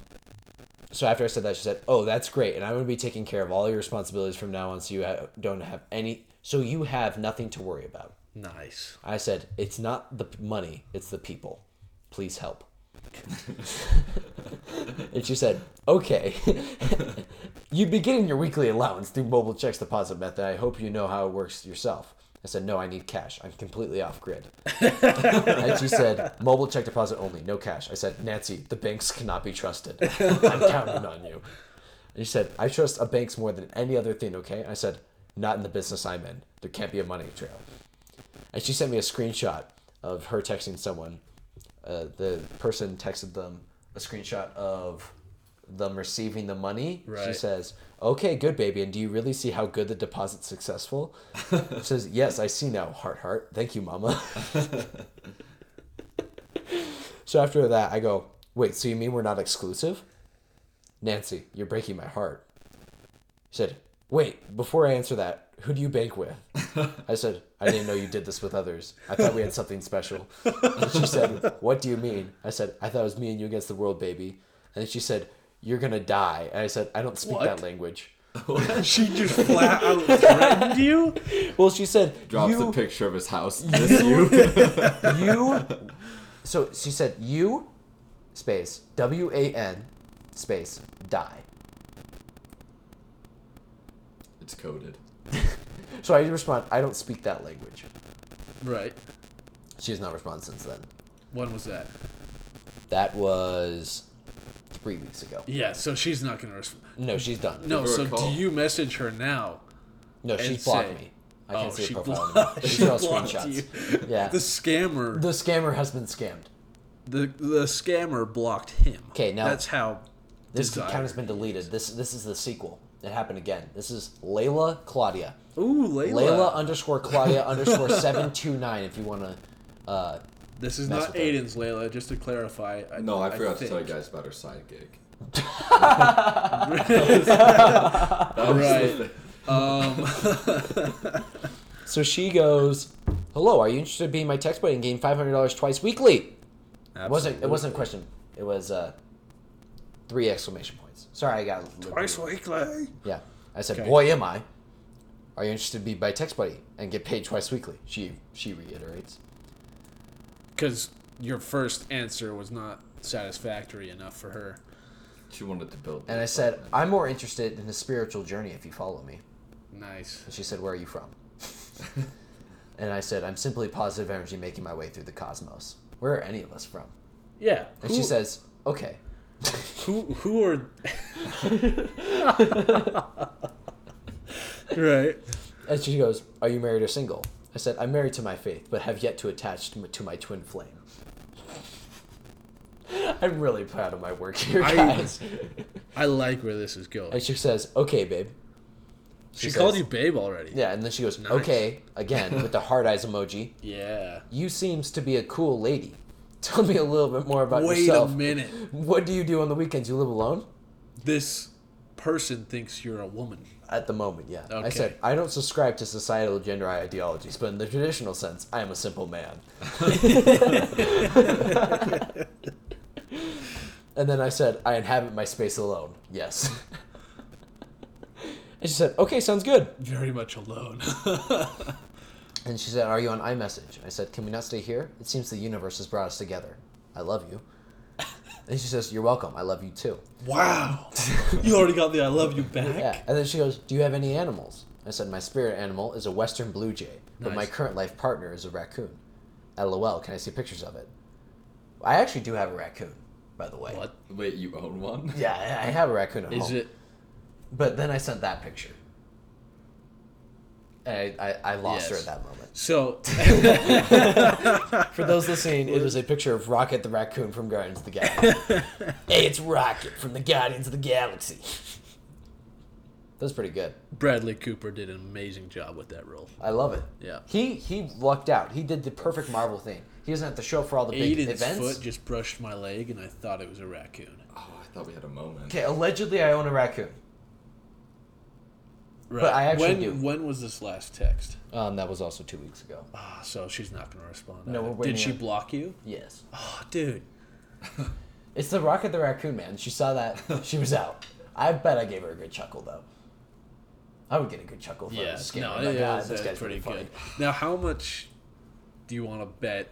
Speaker 1: so after I said that, she said, "Oh, that's great, and I'm going to be taking care of all your responsibilities from now on, so you ha- don't have any, so you have nothing to worry about."
Speaker 2: Nice.
Speaker 1: I said, "It's not the p- money, it's the people. Please help." and she said, "Okay, you'd be getting your weekly allowance through mobile checks deposit method. I hope you know how it works yourself." I said, "No, I need cash. I'm completely off grid." and she said, "Mobile check deposit only, no cash." I said, "Nancy, the banks cannot be trusted. I'm counting on you." And she said, "I trust a bank's more than any other thing." Okay, I said, "Not in the business I'm in. There can't be a money trail." and she sent me a screenshot of her texting someone. Uh, the person texted them a screenshot of them receiving the money. She
Speaker 2: Right.
Speaker 1: says, "Okay, good baby, and do you really see how good the deposit's successful?" She says, "Yes, I see now, heart, heart. Thank you, mama." so after that, I go, "Wait, so you mean we're not exclusive?" Nancy, you're breaking my heart. She said, Wait, before I answer that, who do you bank with? I said, I didn't know you did this with others. I thought we had something special. And she said, What do you mean? I said, I thought it was me and you against the world, baby. And she said, You're gonna die. And I said, I don't speak
Speaker 2: What?
Speaker 1: that language.
Speaker 2: She just flat out threatened you.
Speaker 1: Well, she said,
Speaker 3: Drops
Speaker 1: you,
Speaker 3: a picture of his house. This you?
Speaker 1: you so she said you space w-a-n space die
Speaker 3: It's coded.
Speaker 1: so i respond i don't speak that language
Speaker 2: Right.
Speaker 1: she has not responded since then
Speaker 2: When was that?
Speaker 1: That was three weeks ago.
Speaker 2: Yeah. So she's not gonna respond.
Speaker 1: No, she's done.
Speaker 2: No.
Speaker 3: Give her a
Speaker 2: So do
Speaker 3: call.
Speaker 2: you message her now?
Speaker 1: no, she
Speaker 2: and
Speaker 1: blocked
Speaker 2: say-
Speaker 1: me. I can't
Speaker 2: oh,
Speaker 1: see
Speaker 2: she
Speaker 1: her profile.
Speaker 2: blocked-
Speaker 1: anymore. She
Speaker 2: she
Speaker 1: took all
Speaker 2: blocked
Speaker 1: screenshots. Yeah,
Speaker 2: The
Speaker 1: the,
Speaker 2: scammer.
Speaker 1: scammer has been scammed.
Speaker 2: The the scammer blocked him.
Speaker 1: 'Kay, now-
Speaker 2: that's how
Speaker 1: This
Speaker 2: desired.
Speaker 1: account has been deleted. This this is the sequel. It happened again. This is Layla Claudia.
Speaker 2: Ooh, Layla.
Speaker 1: Layla uh, underscore Claudia underscore seven two nine. If you wanna, uh,
Speaker 2: this is
Speaker 1: mess
Speaker 2: not
Speaker 1: with her.
Speaker 2: Aiden's Layla. Just to clarify.
Speaker 3: No, I forgot to
Speaker 2: think.
Speaker 3: tell you guys about her side gig. that was
Speaker 2: Right.
Speaker 3: the-
Speaker 2: Um,
Speaker 1: so she goes, "Hello, are you interested in being my text buddy and getting five hundred dollars twice weekly?" It wasn't it wasn't a question. It was uh, three exclamation points. Sorry, I got a little-
Speaker 2: Twice weekly.
Speaker 1: Yeah. I said,
Speaker 2: Okay.
Speaker 1: "Boy, am I." Are you interested to be my text buddy and get paid twice weekly? She she reiterates.
Speaker 2: Because your first answer was not satisfactory enough for her.
Speaker 3: she wanted to build.
Speaker 1: And I said, "I'm more interested in the spiritual journey if you follow me."
Speaker 2: Nice.
Speaker 1: And she said, "Where are you from?" and I said, "I'm simply positive energy making my way through the cosmos. Where are any of us from?"
Speaker 2: Yeah.
Speaker 1: And she says, "Okay."
Speaker 2: "Who who are?" right.
Speaker 1: And she goes, "Are you married or single?" I said, "I'm married to my faith, but have yet to attach to my, to my twin flame." I'm really proud of my work here,
Speaker 2: I-
Speaker 1: guys.
Speaker 2: I like where this is going.
Speaker 1: and she says, "Okay, babe."
Speaker 2: she
Speaker 1: says-
Speaker 2: called you babe already.
Speaker 1: Yeah, and then she goes, "Okay," again with the heart eyes emoji.
Speaker 2: Yeah.
Speaker 1: You seems to be a cool lady. Tell me a little bit more about
Speaker 2: Wait
Speaker 1: yourself.
Speaker 2: a minute.
Speaker 1: What do you do on the weekends? You live alone?
Speaker 2: This person thinks you're a woman.
Speaker 1: At the moment, yeah. I
Speaker 2: Okay.
Speaker 1: said, I don't subscribe to societal gender ideologies, but in the traditional sense, I am a simple man. and then I said, I inhabit my space alone. Yes. and she said, okay, sounds good.
Speaker 2: Very much alone.
Speaker 1: And she said, Are you on iMessage? I said, Can we not stay here? It seems the universe has brought us together. I love you. and she says, You're welcome. I love you too.
Speaker 2: wow. You already got the I love you back.
Speaker 1: Yeah. And then she goes, Do you have any animals? I said, My spirit animal is a Western blue jay, but my
Speaker 2: Nice.
Speaker 1: current life partner is a raccoon. LOL, can I see pictures of it? I actually do have a raccoon, by the way.
Speaker 2: What?
Speaker 3: Wait, you own one?
Speaker 1: Yeah, I I have a raccoon at
Speaker 2: Is
Speaker 1: home.
Speaker 2: it
Speaker 1: But then I sent that picture. And I, I, I lost her at
Speaker 2: Yes.
Speaker 1: that moment.
Speaker 2: so
Speaker 1: For those listening, it was a picture of Rocket the raccoon from Guardians of the Galaxy. hey, it's Rocket from the Guardians of the Galaxy. That's pretty good.
Speaker 2: Bradley Cooper did an amazing job with that role.
Speaker 1: I love it.
Speaker 2: Yeah.
Speaker 1: He he lucked out. He did the perfect Marvel thing. He doesn't have to show up for all the big
Speaker 2: Aiden's
Speaker 1: events.
Speaker 2: foot just brushed my leg and I thought it was a raccoon.
Speaker 3: Oh, I thought we had a moment.
Speaker 1: Okay, allegedly I own a raccoon.
Speaker 2: Right.
Speaker 1: I actually
Speaker 2: when
Speaker 1: do.
Speaker 2: when was this last text?
Speaker 1: Um, that was also two weeks ago.
Speaker 2: Ah, so she's not going to respond.
Speaker 1: No,
Speaker 2: either.
Speaker 1: we're waiting
Speaker 2: Did she
Speaker 1: on-
Speaker 2: block you?
Speaker 1: Yes.
Speaker 2: Oh, dude.
Speaker 1: It's the Rocket the Raccoon man. She saw that. She was out. I bet I gave her a good chuckle though. I would get a good chuckle from
Speaker 2: Yeah,
Speaker 1: yeah, scared.
Speaker 2: no,
Speaker 1: No,
Speaker 2: it
Speaker 1: God,
Speaker 2: is-
Speaker 1: this
Speaker 2: that's
Speaker 1: guy's
Speaker 2: pretty
Speaker 1: pretty
Speaker 2: good.
Speaker 1: funny.
Speaker 2: Now, how much do you want to bet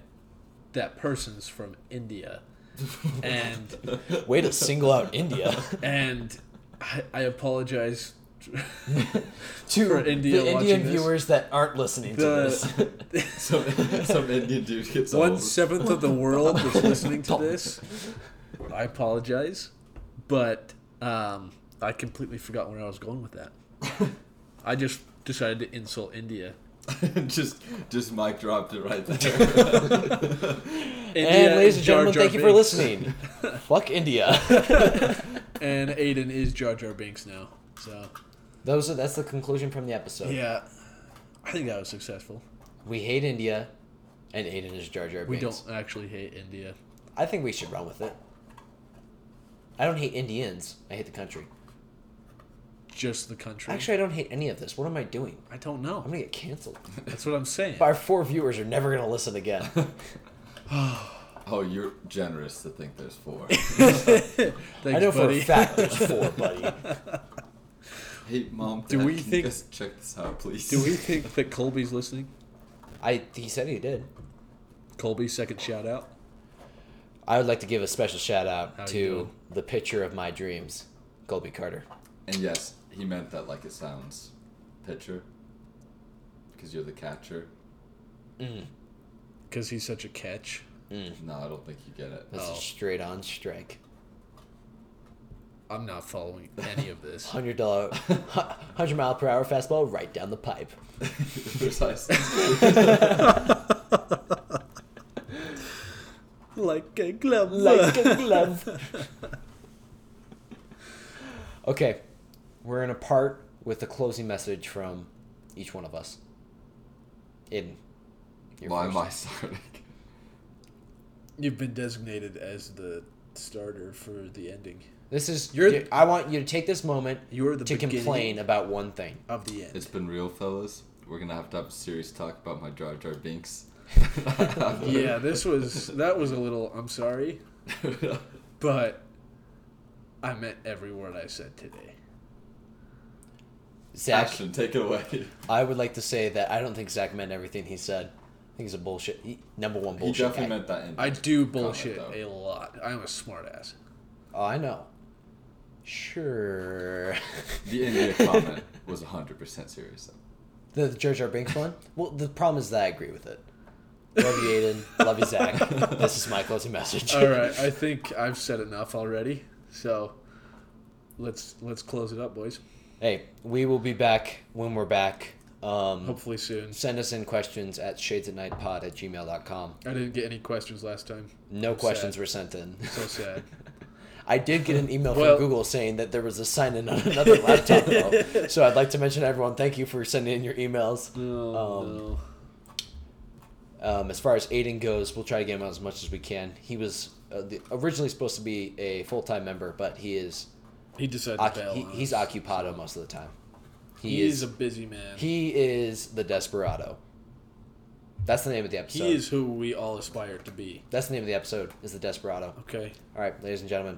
Speaker 2: that person's from India? And
Speaker 1: good. Way to single out India.
Speaker 2: and I, I apologize.
Speaker 1: to
Speaker 2: For India
Speaker 1: the
Speaker 2: watching
Speaker 1: Indian
Speaker 2: this.
Speaker 1: viewers that aren't listening to this.
Speaker 2: The
Speaker 3: Some, some Indian dude gets
Speaker 2: one
Speaker 3: old.
Speaker 2: seventh of the world is listening to this. I apologize, but um, I completely forgot where I was going with that. I just decided to insult India.
Speaker 3: just, just mic dropped it right there.
Speaker 1: and ladies and
Speaker 2: Jar
Speaker 1: gentlemen,
Speaker 2: Jar
Speaker 1: thank you for
Speaker 2: Binks.
Speaker 1: listening. Fuck India.
Speaker 2: And Aiden is Jar Jar Binks now. So
Speaker 1: Those are, that's the conclusion from the episode.
Speaker 2: yeah, I think that was successful.
Speaker 1: We hate India, and Aiden is Jar Jar Binks.
Speaker 2: We don't actually hate India.
Speaker 1: I think we should run with it. I don't hate Indians. I hate the country.
Speaker 2: Just the country.
Speaker 1: Actually, I don't hate any of this. What am I doing?
Speaker 2: I don't
Speaker 1: I'm
Speaker 2: know.
Speaker 1: gonna get canceled.
Speaker 2: That's what I'm saying.
Speaker 1: Our four viewers are never gonna listen again.
Speaker 3: oh, you're generous to think there's four.
Speaker 1: I
Speaker 2: Thanks,
Speaker 1: know for
Speaker 2: buddy.
Speaker 1: a fact there's four, buddy.
Speaker 3: Hey, mom.
Speaker 2: Do
Speaker 3: Dad,
Speaker 2: we
Speaker 3: can
Speaker 2: think-
Speaker 3: You guys check this out, please.
Speaker 2: Do we think that Colby's listening?
Speaker 1: I he said he did.
Speaker 2: Colby, second shout out.
Speaker 1: I would like to give a special shout out
Speaker 2: How you
Speaker 1: to
Speaker 2: doing?
Speaker 1: the picture of my dreams, Colby Carter.
Speaker 3: And yes, he meant that like it sounds. Pitcher. Because you're the catcher.
Speaker 2: Because he's such a catch.
Speaker 3: No, I don't think you get it.
Speaker 1: That's
Speaker 2: Hmm. Oh.
Speaker 1: a straight on strike.
Speaker 2: I'm not following any of this.
Speaker 1: Hundred dollar, hundred mile per hour fastball right down the pipe.
Speaker 3: Precisely.
Speaker 2: like a glove.
Speaker 1: Like a glove. okay, we're gonna part with a closing message from each one of us. In.
Speaker 3: Why am I starting?
Speaker 2: You've been designated as the starter for the ending
Speaker 1: This is.
Speaker 2: You're-
Speaker 1: you- I want you to take this moment
Speaker 2: You're the
Speaker 1: to
Speaker 2: beginning.
Speaker 1: complain about one thing.
Speaker 2: of the end.
Speaker 3: It's been real, fellas. We're gonna have to have a serious talk about my Jar Jar Binks.
Speaker 2: yeah, this was that was a little. I'm sorry, but I meant every word I said today.
Speaker 1: Zach,
Speaker 3: Action, take it away.
Speaker 1: I would like to say that I don't think Zach meant everything he said. I think he's a bullshit. He, number one
Speaker 3: He
Speaker 1: bullshit.
Speaker 3: definitely
Speaker 1: guy.
Speaker 3: meant that. In
Speaker 2: I do bullshit
Speaker 3: Comment,
Speaker 2: a lot. I'm a smartass.
Speaker 1: Oh, I know. Sure.
Speaker 3: the India comment was 100% serious.
Speaker 1: The Jar Jar Binks one? Well, the problem is that I agree with it. Love you, Aiden. Love you, Zach. This is my closing message.
Speaker 2: All right, I think I've said enough already. So let's let's close it up, boys.
Speaker 1: Hey, we will be back when we're back. Um,
Speaker 2: Hopefully soon.
Speaker 1: send us in questions at shadesatnightpod at gmail.com.
Speaker 2: I didn't get any questions last time.
Speaker 1: No
Speaker 2: Sad.
Speaker 1: questions were sent in.
Speaker 2: So sad.
Speaker 1: I did get an email from
Speaker 2: Well-
Speaker 1: Google saying that there was a sign in on another laptop, though. So I'd like to mention, everyone, thank you for sending in your emails.
Speaker 2: Oh,
Speaker 1: Um,
Speaker 2: no.
Speaker 1: Um, as far as Aiden goes, we'll try to get him out as much as we can. He was uh, the, originally supposed to be a full time member, but he is
Speaker 2: He decided
Speaker 1: occu-
Speaker 2: to bail.
Speaker 1: he,
Speaker 2: on
Speaker 1: he's
Speaker 2: us.
Speaker 1: occupado most of the time. He,
Speaker 2: He
Speaker 1: is,
Speaker 2: is a busy man. He,
Speaker 1: he is the desperado. That's the name of the episode.
Speaker 2: is who we all aspire to be.
Speaker 1: That's the name of the episode. Is the desperado.
Speaker 2: Okay.
Speaker 1: All right, ladies and gentlemen.